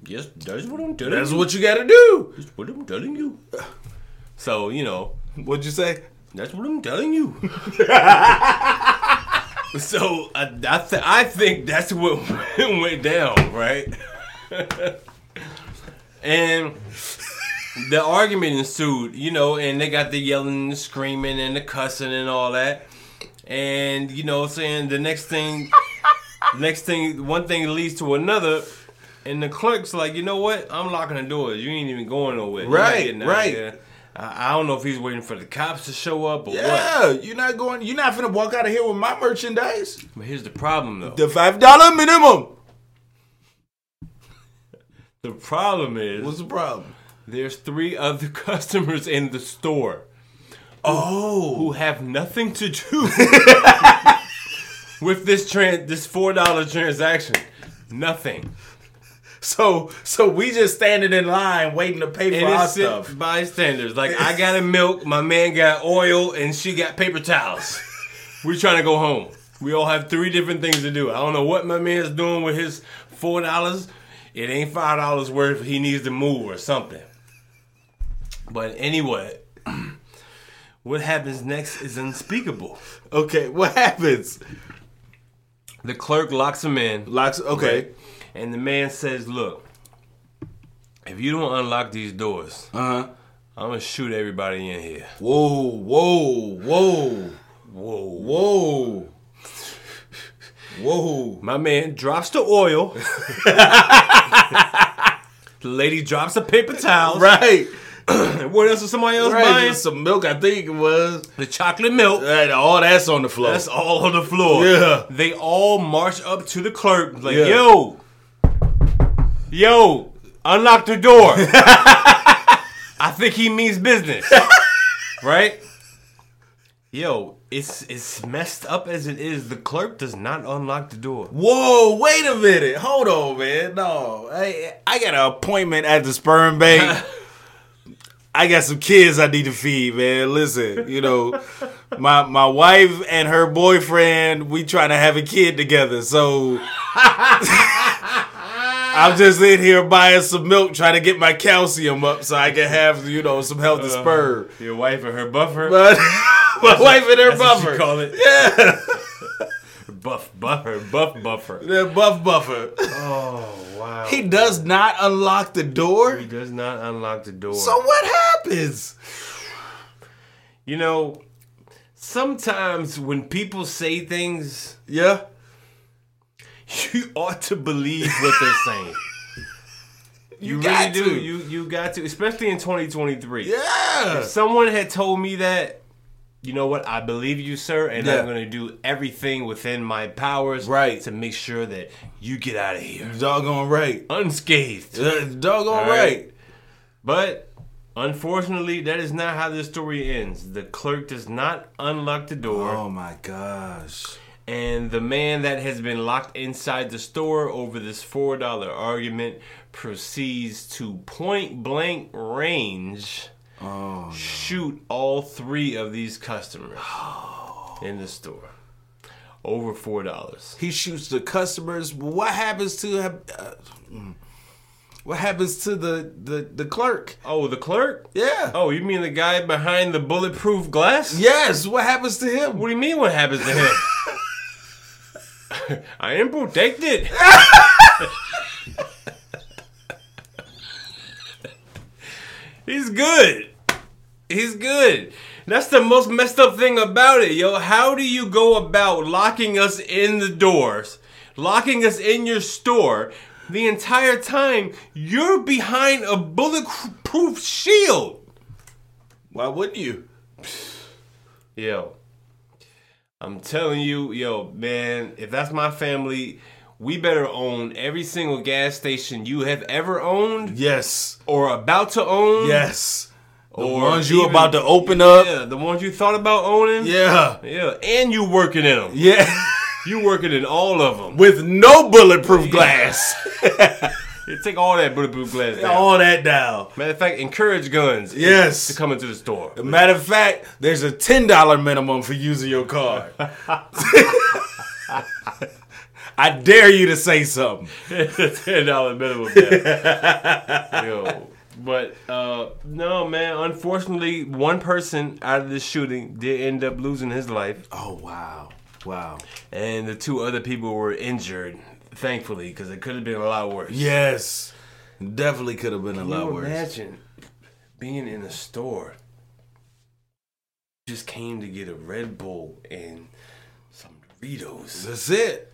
Speaker 1: Yes, that's what I'm telling
Speaker 2: That's
Speaker 1: you.
Speaker 2: what you got to do.
Speaker 1: That's what I'm telling you. So you know,
Speaker 2: What'd you say?
Speaker 1: that's what I'm telling you. so I, I, th- I think that's what went down, right? and the argument ensued, you know, and they got the yelling, and screaming, and the cussing, and all that. And you know, what I'm saying the next thing, next thing, one thing leads to another. And the clerk's like, you know what? I'm locking the doors. You ain't even going nowhere. You're not
Speaker 2: Right,
Speaker 1: getting out of
Speaker 2: right.
Speaker 1: here." I, I don't know if he's waiting for the cops to show up or what.
Speaker 2: Yeah, you're not going. You're not finna walk out of here with my merchandise.
Speaker 1: But here's the problem, though.
Speaker 2: The five dollar minimum.
Speaker 1: The problem is
Speaker 2: What's the problem?
Speaker 1: there's three other customers in the store
Speaker 2: Oh,
Speaker 1: who have nothing to do with this tran- this four dollar transaction. Nothing.
Speaker 2: so so we just standing in line waiting to pay for
Speaker 1: And
Speaker 2: our
Speaker 1: it's
Speaker 2: stuff.
Speaker 1: sit- bystanders. Like I got a milk, my man got oil, and she got paper towels. We trying to go home. We all have three different things to do. I don't know what my man's doing with his four dollars. It ain't five dollars worth. He needs to move or something. But anyway, what happens next is unspeakable.
Speaker 2: Okay, what happens?
Speaker 1: The clerk locks him in.
Speaker 2: Locks. Okay.
Speaker 1: Right. And the man says, Look, if you don't unlock these doors,
Speaker 2: Uh huh.
Speaker 1: I'm going to shoot everybody in here.
Speaker 2: Whoa, whoa, whoa,
Speaker 1: Whoa.
Speaker 2: whoa, whoa.
Speaker 1: My man drops the oil. the lady drops the paper towels.
Speaker 2: Right,
Speaker 1: What else is somebody else
Speaker 2: right.
Speaker 1: buying?
Speaker 2: Just some milk, I think it was.
Speaker 1: The chocolate milk.
Speaker 2: Right, all that's on the floor.
Speaker 1: That's all on the floor.
Speaker 2: Yeah.
Speaker 1: They all march up to the clerk, like,
Speaker 2: Yeah.
Speaker 1: yo, yo, unlock the door. I think he means business. right? Yo, it's it's messed up as it is. The clerk does not unlock the door.
Speaker 2: Whoa, wait a minute. Hold on, man. No, I, I got an appointment at the sperm bank. I got some kids I need to feed, man. Listen, you know, my my wife and her boyfriend, we trying to have a kid together. So I'm just in here buying some milk, trying to get my calcium up so I can have, you know, some healthy sperm.
Speaker 1: Your wife and her buffer.
Speaker 2: But my wife and her
Speaker 1: Uh-huh. That's what you
Speaker 2: buffer.
Speaker 1: call it. Yeah. buff buffer, buff buffer.
Speaker 2: The buff buffer.
Speaker 1: Oh wow.
Speaker 2: He does not unlock the door.
Speaker 1: He does not unlock the door.
Speaker 2: So what happens?
Speaker 1: You know, sometimes when people say things,
Speaker 2: Yeah.
Speaker 1: you ought to believe what they're saying. You,
Speaker 2: got
Speaker 1: really do.
Speaker 2: to.
Speaker 1: You you got to, especially in 2023.
Speaker 2: Yeah.
Speaker 1: If someone had told me that, you know what? I believe you, sir, and
Speaker 2: Yeah.
Speaker 1: I'm going to do everything within my powers
Speaker 2: Right.
Speaker 1: to make sure that you get out of here
Speaker 2: Doggone right.
Speaker 1: unscathed.
Speaker 2: Uh, Doggone
Speaker 1: All
Speaker 2: right.
Speaker 1: right. But unfortunately, that is not how this story ends. The clerk does not unlock the door,
Speaker 2: Oh my gosh.
Speaker 1: and the man that has been locked inside the store over this $4 argument proceeds to point blank range shoot all three of these customers in the store over four dollars.
Speaker 2: He shoots the customers. What happens to uh, mm. what happens to the the, the clerk?
Speaker 1: Oh, the clerk?
Speaker 2: Yeah.
Speaker 1: Oh, you mean the guy behind the bulletproof glass?
Speaker 2: Yes. What happens to him?
Speaker 1: What do you mean? What happens to him? I am protected. He's good. He's good. That's the most messed up thing about it, yo. How do you go about locking us in the doors, locking us in your store the entire time? You're behind a bulletproof shield.
Speaker 2: Why wouldn't you?
Speaker 1: Yo, I'm telling you, yo, man, if that's my family, we better own every single gas station you have ever owned
Speaker 2: Yes.
Speaker 1: or about to own.
Speaker 2: Yes. The
Speaker 1: Or
Speaker 2: ones you
Speaker 1: even-
Speaker 2: about to open up.
Speaker 1: Yeah, the ones you thought about owning.
Speaker 2: Yeah.
Speaker 1: Yeah, and you working in them.
Speaker 2: Yeah.
Speaker 1: You working in all of them.
Speaker 2: With no bulletproof glass.
Speaker 1: You take all that bulletproof glass down.
Speaker 2: All that down.
Speaker 1: Matter of fact, encourage guns.
Speaker 2: Yes.
Speaker 1: To come into the store.
Speaker 2: Matter of fact, there's a ten dollar minimum for using your card. I dare you to say something.
Speaker 1: ten dollar minimum. bill. Yo, but uh, no, man. Unfortunately, one person out of this shooting did end up losing his life,
Speaker 2: Oh wow,
Speaker 1: Oh.
Speaker 2: wow.
Speaker 1: and the two other people were injured. Thankfully, because it could have been a lot worse.
Speaker 2: Yes, definitely could have been a lot
Speaker 1: you
Speaker 2: worse.
Speaker 1: imagine being in a store? Just came to get a Red Bull and some Doritos,
Speaker 2: That's it.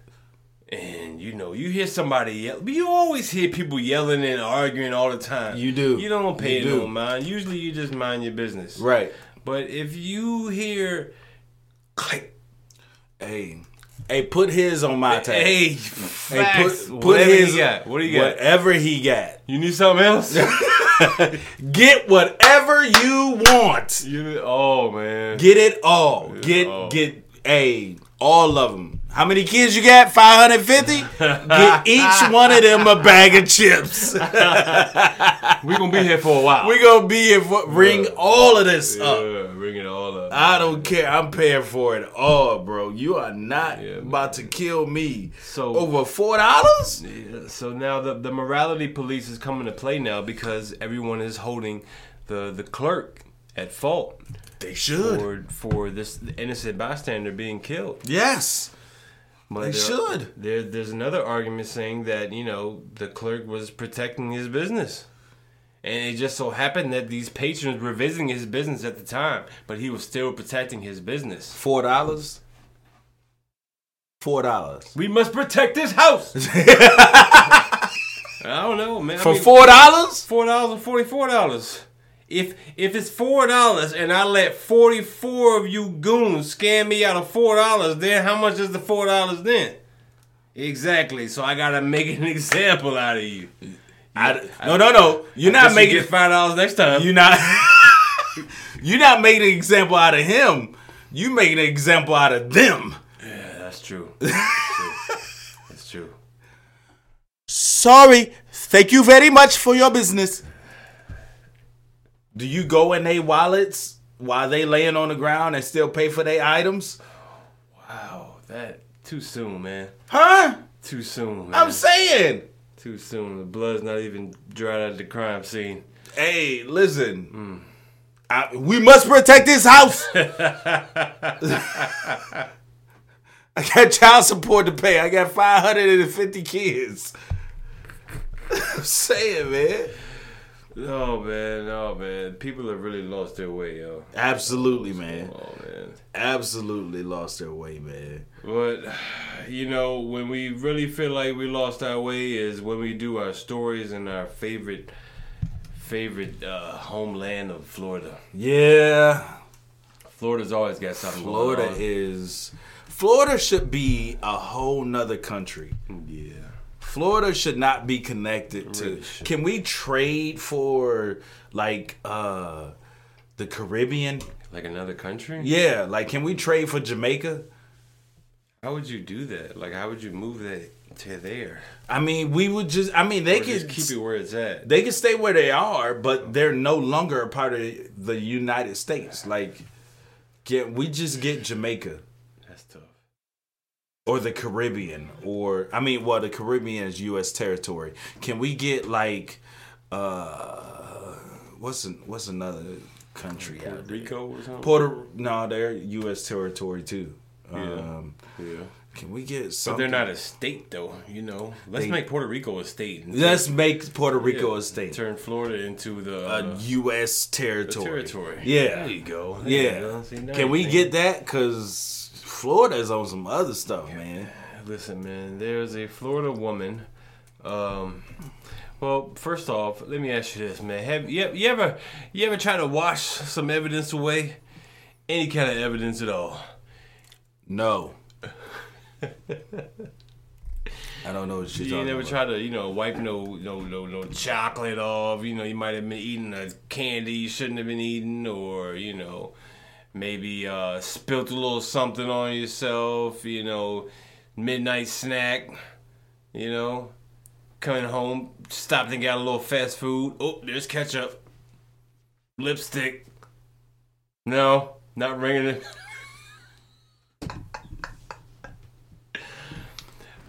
Speaker 1: and you know you hear somebody yell. You always hear people yelling and arguing all the time.
Speaker 2: You do.
Speaker 1: You don't pay
Speaker 2: You
Speaker 1: no
Speaker 2: do.
Speaker 1: mind. Usually you just mind your business.
Speaker 2: Right.
Speaker 1: But if you hear click,
Speaker 2: Hey, hey, put his on my tab.
Speaker 1: hey,
Speaker 2: Hey,
Speaker 1: facts, whatever you got. What do you got?
Speaker 2: Whatever he got.
Speaker 1: You need something else?
Speaker 2: Get whatever you want.
Speaker 1: you, oh man.
Speaker 2: Get it all. Get
Speaker 1: all.
Speaker 2: get a all of them. How many kids you got? 550? Get each one of them a bag of chips.
Speaker 1: we gonna be here for a while.
Speaker 2: We gonna be here for ring all of this up.
Speaker 1: yeah, bring it all up.
Speaker 2: I don't care. I'm paying for it all, bro. You are not
Speaker 1: Yeah,
Speaker 2: about to kill me.
Speaker 1: So-
Speaker 2: over four dollars?
Speaker 1: Yeah, so now the, the morality police is coming to play now because everyone is holding the, the clerk at fault
Speaker 2: They should.
Speaker 1: for for this innocent bystander being killed.
Speaker 2: Yes.
Speaker 1: But
Speaker 2: They should.
Speaker 1: There, there's another argument saying that you know the clerk was protecting his business, and it just so happened that these patrons were visiting his business at the time, but he was still protecting his business.
Speaker 2: Four dollars? Four dollars.
Speaker 1: We must protect this house. I don't know, man. I
Speaker 2: For
Speaker 1: mean-
Speaker 2: four dollars?
Speaker 1: four dollars and forty four dollars. If if it's four dollars and I let forty four of you goons scam me out of four dollars, then how much is the four dollars then? Exactly. So I gotta make an example out of you.
Speaker 2: I, no, no, no. You're not making
Speaker 1: it five dollars next time.
Speaker 2: You not you not making an example out of him. You making an example out of them.
Speaker 1: yeah, that's true. That's true. That's true.
Speaker 2: Sorry. Thank you very much for your business. Do you go in their wallets while they laying on the ground and still pay for their items?
Speaker 1: Wow, that too soon, man.
Speaker 2: Huh?
Speaker 1: Too soon, man.
Speaker 2: I'm saying.
Speaker 1: too soon. The blood's not even dried out of the crime scene.
Speaker 2: Hey, listen. I, we must protect this house. I got child support to pay. I got 550 kids. I'm saying, man.
Speaker 1: Oh man, oh man. People have really lost their way, yo.
Speaker 2: Absolutely, man.
Speaker 1: Oh man.
Speaker 2: Absolutely lost their way, man.
Speaker 1: But you know, when we really feel like we lost our way is when we do our stories in our favorite favorite uh, homeland of Florida.
Speaker 2: Yeah.
Speaker 1: Florida's always got something
Speaker 2: Florida
Speaker 1: going
Speaker 2: is. Florida should be a whole nother country.
Speaker 1: on. Yeah.
Speaker 2: Florida should not be connected to.
Speaker 1: Really should.
Speaker 2: Can we trade for like uh the Caribbean?
Speaker 1: Like another country?
Speaker 2: Yeah, like can we trade for Jamaica?
Speaker 1: How would you do that? Like how would you move that to there.
Speaker 2: I mean, we would just. I mean, they
Speaker 1: Or just
Speaker 2: could
Speaker 1: keep it where it's at.
Speaker 2: They can stay where they are, but they're no longer a part of the United States. Like, can we just get Jamaica
Speaker 1: That's tough.
Speaker 2: or the Caribbean, or I mean, well, the Caribbean is U.S. territory. Can we get like, uh, what's an, what's another country out there?
Speaker 1: Rico or something?
Speaker 2: Puerto? No, they're U.S. territory too. Um,
Speaker 1: yeah.
Speaker 2: can we get
Speaker 1: But
Speaker 2: something?
Speaker 1: they're not a state, though, you know. Let's
Speaker 2: They-
Speaker 1: make Puerto Rico a state. and
Speaker 2: Let's make Puto Rico a state.
Speaker 1: Turn Florida into the.
Speaker 2: a
Speaker 1: Uh,
Speaker 2: U.S. territory.
Speaker 1: territory.
Speaker 2: Yeah.
Speaker 1: There you go. There you
Speaker 2: Yeah.
Speaker 1: go. See, now
Speaker 2: Can
Speaker 1: you
Speaker 2: we
Speaker 1: think.
Speaker 2: get that? Cause Florida is on some other stuff, man.
Speaker 1: listen, man, there's a Florida woman. Um, well, first off, let me ask you this, man. Have you, you ever you ever try to wash some evidence away? Any kind of evidence at all?
Speaker 2: No. I don't know what you're
Speaker 1: You ain't
Speaker 2: talking
Speaker 1: never
Speaker 2: about.
Speaker 1: try to, you know, wipe no, no, no, no chocolate off. You know, you might have been eating a candy you shouldn't have been eating, or you know, maybe uh, spilt a little something on yourself. You know, midnight snack. You know, coming home, stopped and got a little fast food. Oh, there's ketchup, lipstick. No, not ringing it.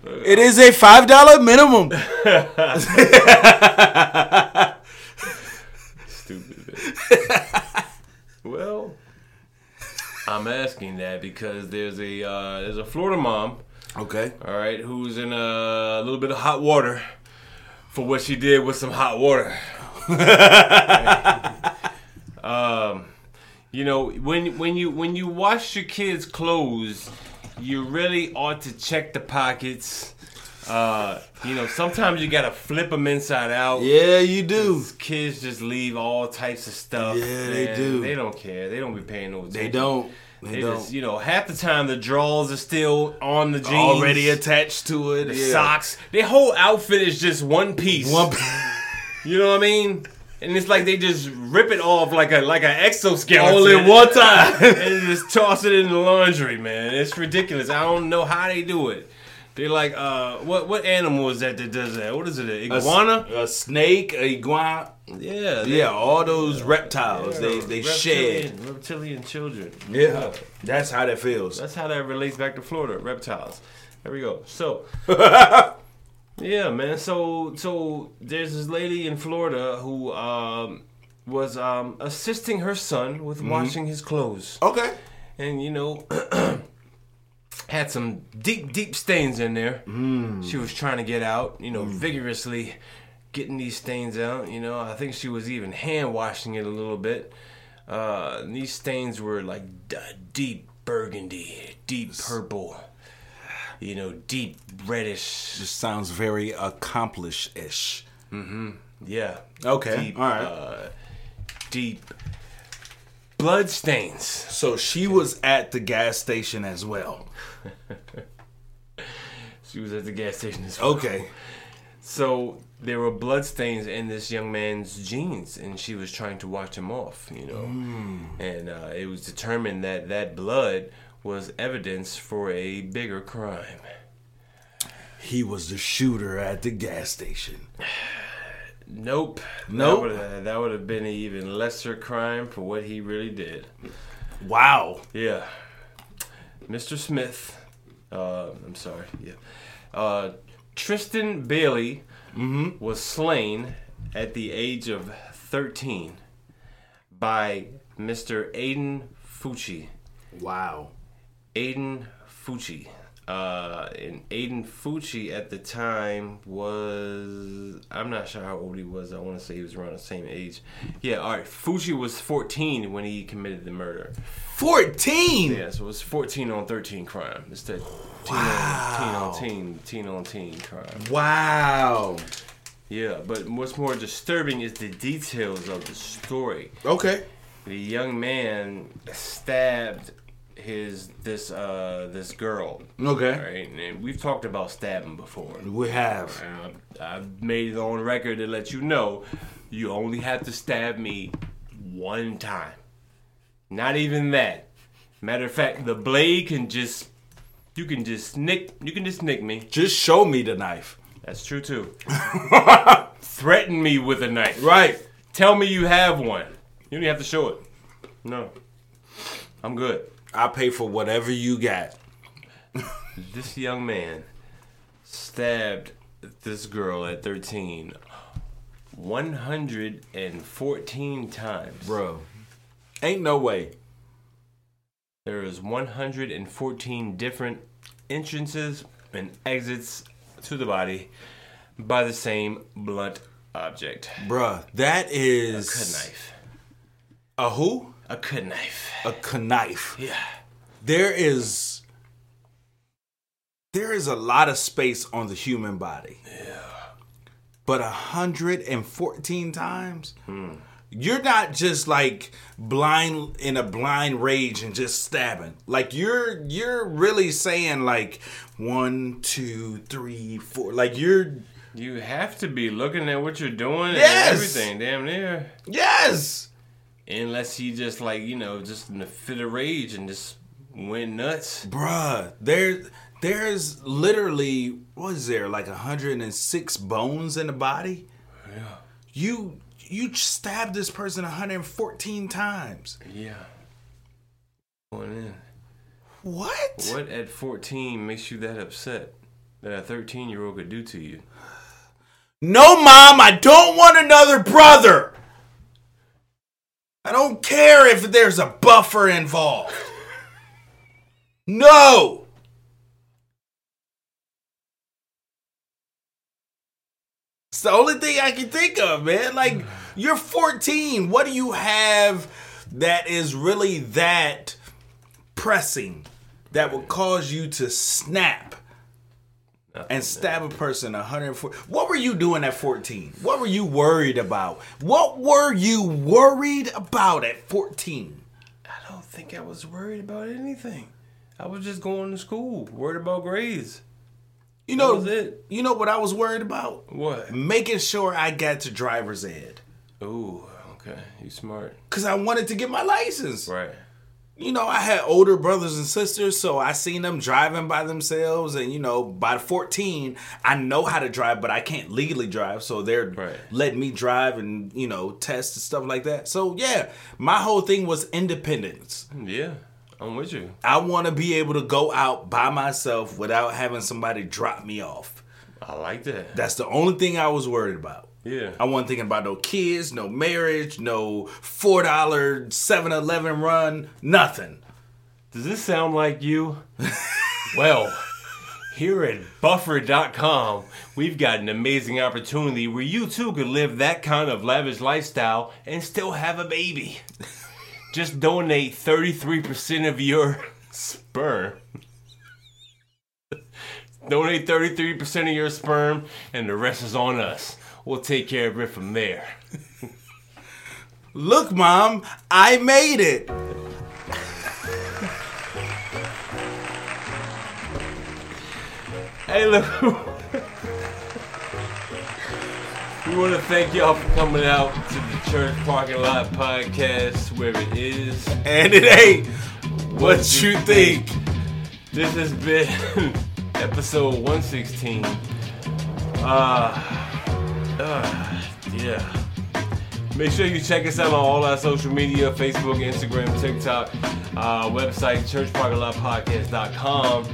Speaker 2: it is a five dollar minimum.
Speaker 1: Stupid. well, I'm asking that because there's a uh, there's a Florida mom,
Speaker 2: okay.
Speaker 1: all right, who's in a little bit of hot water for what she did with some hot water. um, you know, when when you when you wash your kids' clothes, you really ought to check the pockets. Uh, you know, sometimes you gotta flip them inside out.
Speaker 2: Yeah, you do.
Speaker 1: These kids just leave all types of stuff.
Speaker 2: Yeah, they
Speaker 1: man.
Speaker 2: do.
Speaker 1: They don't care. They don't be paying no attention.
Speaker 2: They don't. They,
Speaker 1: They
Speaker 2: don't.
Speaker 1: just, you know, half the time the drawers are still on the jeans,
Speaker 2: Already attached to it.
Speaker 1: the
Speaker 2: yeah.
Speaker 1: socks. Their whole outfit is just one piece.
Speaker 2: One-
Speaker 1: You know what I mean? And it's like they just rip it off like a like an exoskeleton.
Speaker 2: all in one time.
Speaker 1: and just toss it in the laundry, man. It's ridiculous. I don't know how they do it. They're like, uh, what what animal is that that does that? What is it? An iguana?
Speaker 2: A snake, a iguana.
Speaker 1: yeah. they-
Speaker 2: Yeah, all those reptiles. They they
Speaker 1: reptilian,
Speaker 2: shed.
Speaker 1: reptilian children.
Speaker 2: Yeah. That's how that feels.
Speaker 1: That's how that relates back to Florida reptiles. There we go. So, yeah, man. So, so there's this lady in Florida who um, was um, assisting her son with
Speaker 2: Mm-hmm.
Speaker 1: washing his clothes,
Speaker 2: Okay.
Speaker 1: and you know, had some deep, deep stains in there.
Speaker 2: Mm.
Speaker 1: She was trying to get out, you know, vigorously getting these stains out. You know, I think she was even hand washing it a little bit. Uh, and these stains were like d- deep burgundy, deep purple, you know, deep reddish.
Speaker 2: Just sounds very accomplished ish.
Speaker 1: Yeah.
Speaker 2: Okay.
Speaker 1: Deep,
Speaker 2: All right.
Speaker 1: Uh, deep blood stains.
Speaker 2: so she was at the gas station as well.
Speaker 1: She was at the gas station as well.
Speaker 2: Okay.
Speaker 1: So there were bloodstains in this young man's jeans, and she was trying to wash them off, you know. And uh, it was determined that that blood was evidence for a bigger crime.
Speaker 2: He was the shooter at the gas station.
Speaker 1: Nope. That
Speaker 2: Nope.
Speaker 1: would have, that would have been an even lesser crime for what he really did.
Speaker 2: Wow.
Speaker 1: Yeah. Mr. Smith. Uh, I'm sorry. Yeah. Uh, Tristan Bailey was slain at the age of 13 by Mr. Aiden Fucci.
Speaker 2: Wow.
Speaker 1: Aiden Fucci. Uh, and Aiden Fucci at the time was I'm not sure how old he was. I want to say he was around the same age. Yeah, all right. Fucci was 14 when he committed the murder.
Speaker 2: 14.
Speaker 1: Yeah, so it's 14 on 13 crime. It's the teen, on, teen on teen, teen on teen crime.
Speaker 2: Wow.
Speaker 1: Yeah, but what's more disturbing is the details of the story.
Speaker 2: Okay.
Speaker 1: The young man stabbed his this uh this girl.
Speaker 2: Okay.
Speaker 1: Right, and we've talked about stabbing before.
Speaker 2: We have.
Speaker 1: And I've, Uh, I've made it on record to let you know, you only have to stab me one time. Not even that. Matter of fact, the blade can just You can just snick. You can just snick me.
Speaker 2: Just show me the knife.
Speaker 1: That's true too. Threaten me with a knife.
Speaker 2: Right.
Speaker 1: Tell me you have one. You don't even have to show it. No, I'm good.
Speaker 2: I pay for whatever you got.
Speaker 1: This young man stabbed this girl at 13 114 times.
Speaker 2: Bro. Ain't no way.
Speaker 1: There is 114 different entrances and exits to the body by the same blunt object.
Speaker 2: Bruh, that
Speaker 1: A
Speaker 2: is
Speaker 1: knife.
Speaker 2: a, who?
Speaker 1: A cut knife.
Speaker 2: A knife.
Speaker 1: Yeah.
Speaker 2: There is there is a lot of space on the human body. Yeah. But 114 times? You're not just like blind in a blind rage and just stabbing. Like you're you're really saying like one, two, three, four. Like you're
Speaker 1: You have to be looking at what you're doing
Speaker 2: Yes!
Speaker 1: and everything, damn near.
Speaker 2: Yes.
Speaker 1: Unless he just like, you know, just in a fit of rage and just went nuts.
Speaker 2: Bruh, there there's literally what is there like 106 bones in the body? You you stabbed this person 114 times.
Speaker 1: Yeah. Going in.
Speaker 2: What?
Speaker 1: What at 14 makes you that upset that a 13 year old could do to you?
Speaker 2: No, mom, I don't want another brother. I don't care if there's a buffer involved. No. It's the only thing I can think of, man. Like, you're 14. What do you have that is really that pressing that would cause you to snap? and stab a person 140. What were you doing at 14? What were you worried about? What were you worried about at 14?
Speaker 1: I don't think I was worried about anything. I was just going to school, worried about grades.
Speaker 2: You know,
Speaker 1: was it?
Speaker 2: you know what I was worried about?
Speaker 1: What?
Speaker 2: Making sure I got to driver's ed
Speaker 1: Ooh, okay. You smart.
Speaker 2: because I wanted to get my license.
Speaker 1: Right.
Speaker 2: You know, I had older brothers and sisters, so I seen them driving by themselves. And you know, by 14, I know how to drive, but I can't legally drive, so they're
Speaker 1: Right.
Speaker 2: letting me drive and you know test and stuff like that. So yeah, my whole thing was independence.
Speaker 1: Yeah, I'm with you.
Speaker 2: I want to be able to go out by myself without having somebody drop me off.
Speaker 1: I like that.
Speaker 2: That's the only thing I was worried about.
Speaker 1: Yeah.
Speaker 2: I wasn't thinking about no kids, no marriage, no four dollar 7-Eleven run, nothing.
Speaker 1: Does this sound like you? well, here at buffer.com, we've got an amazing opportunity where you too could live that kind of lavish lifestyle and still have a baby. Just donate 33% of your sperm. donate 33% of your sperm, and the rest is on us. We'll take care of it from there.
Speaker 2: Look, mom, I made it.
Speaker 1: Hey, look. we want to thank y'all for coming out to the Church Parking Lot Podcast, where it is.
Speaker 2: And it ain't what you think.
Speaker 1: This has been episode 116. Uh, uh, yeah. Make sure you check us out on all our social media Facebook, Instagram, TikTok, uh, website, churchparkinglotpodcast.com,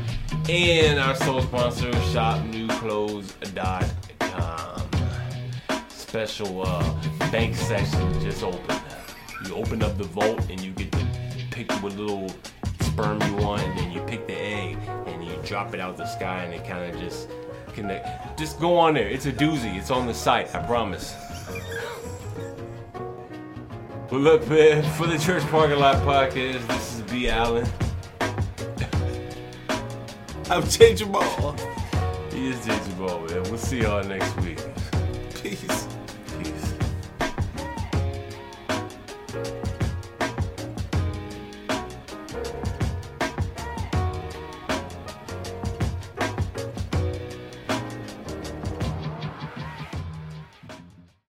Speaker 1: and our sole sponsor, shopnewclothes.com. Special uh, bank section just opened. You open up the vault and you get to pick what little sperm you want, and then you pick the egg and you drop it out the sky, and it kind of just connect. Just go on there. It's a doozy. It's on the site. I promise. Well, look, man, for the Church Parking Lot Podcast, this is B. Allen.
Speaker 2: I'm changing my all.
Speaker 1: He is Jason Ball, man. We'll see y'all next week.
Speaker 2: Peace.
Speaker 1: Peace.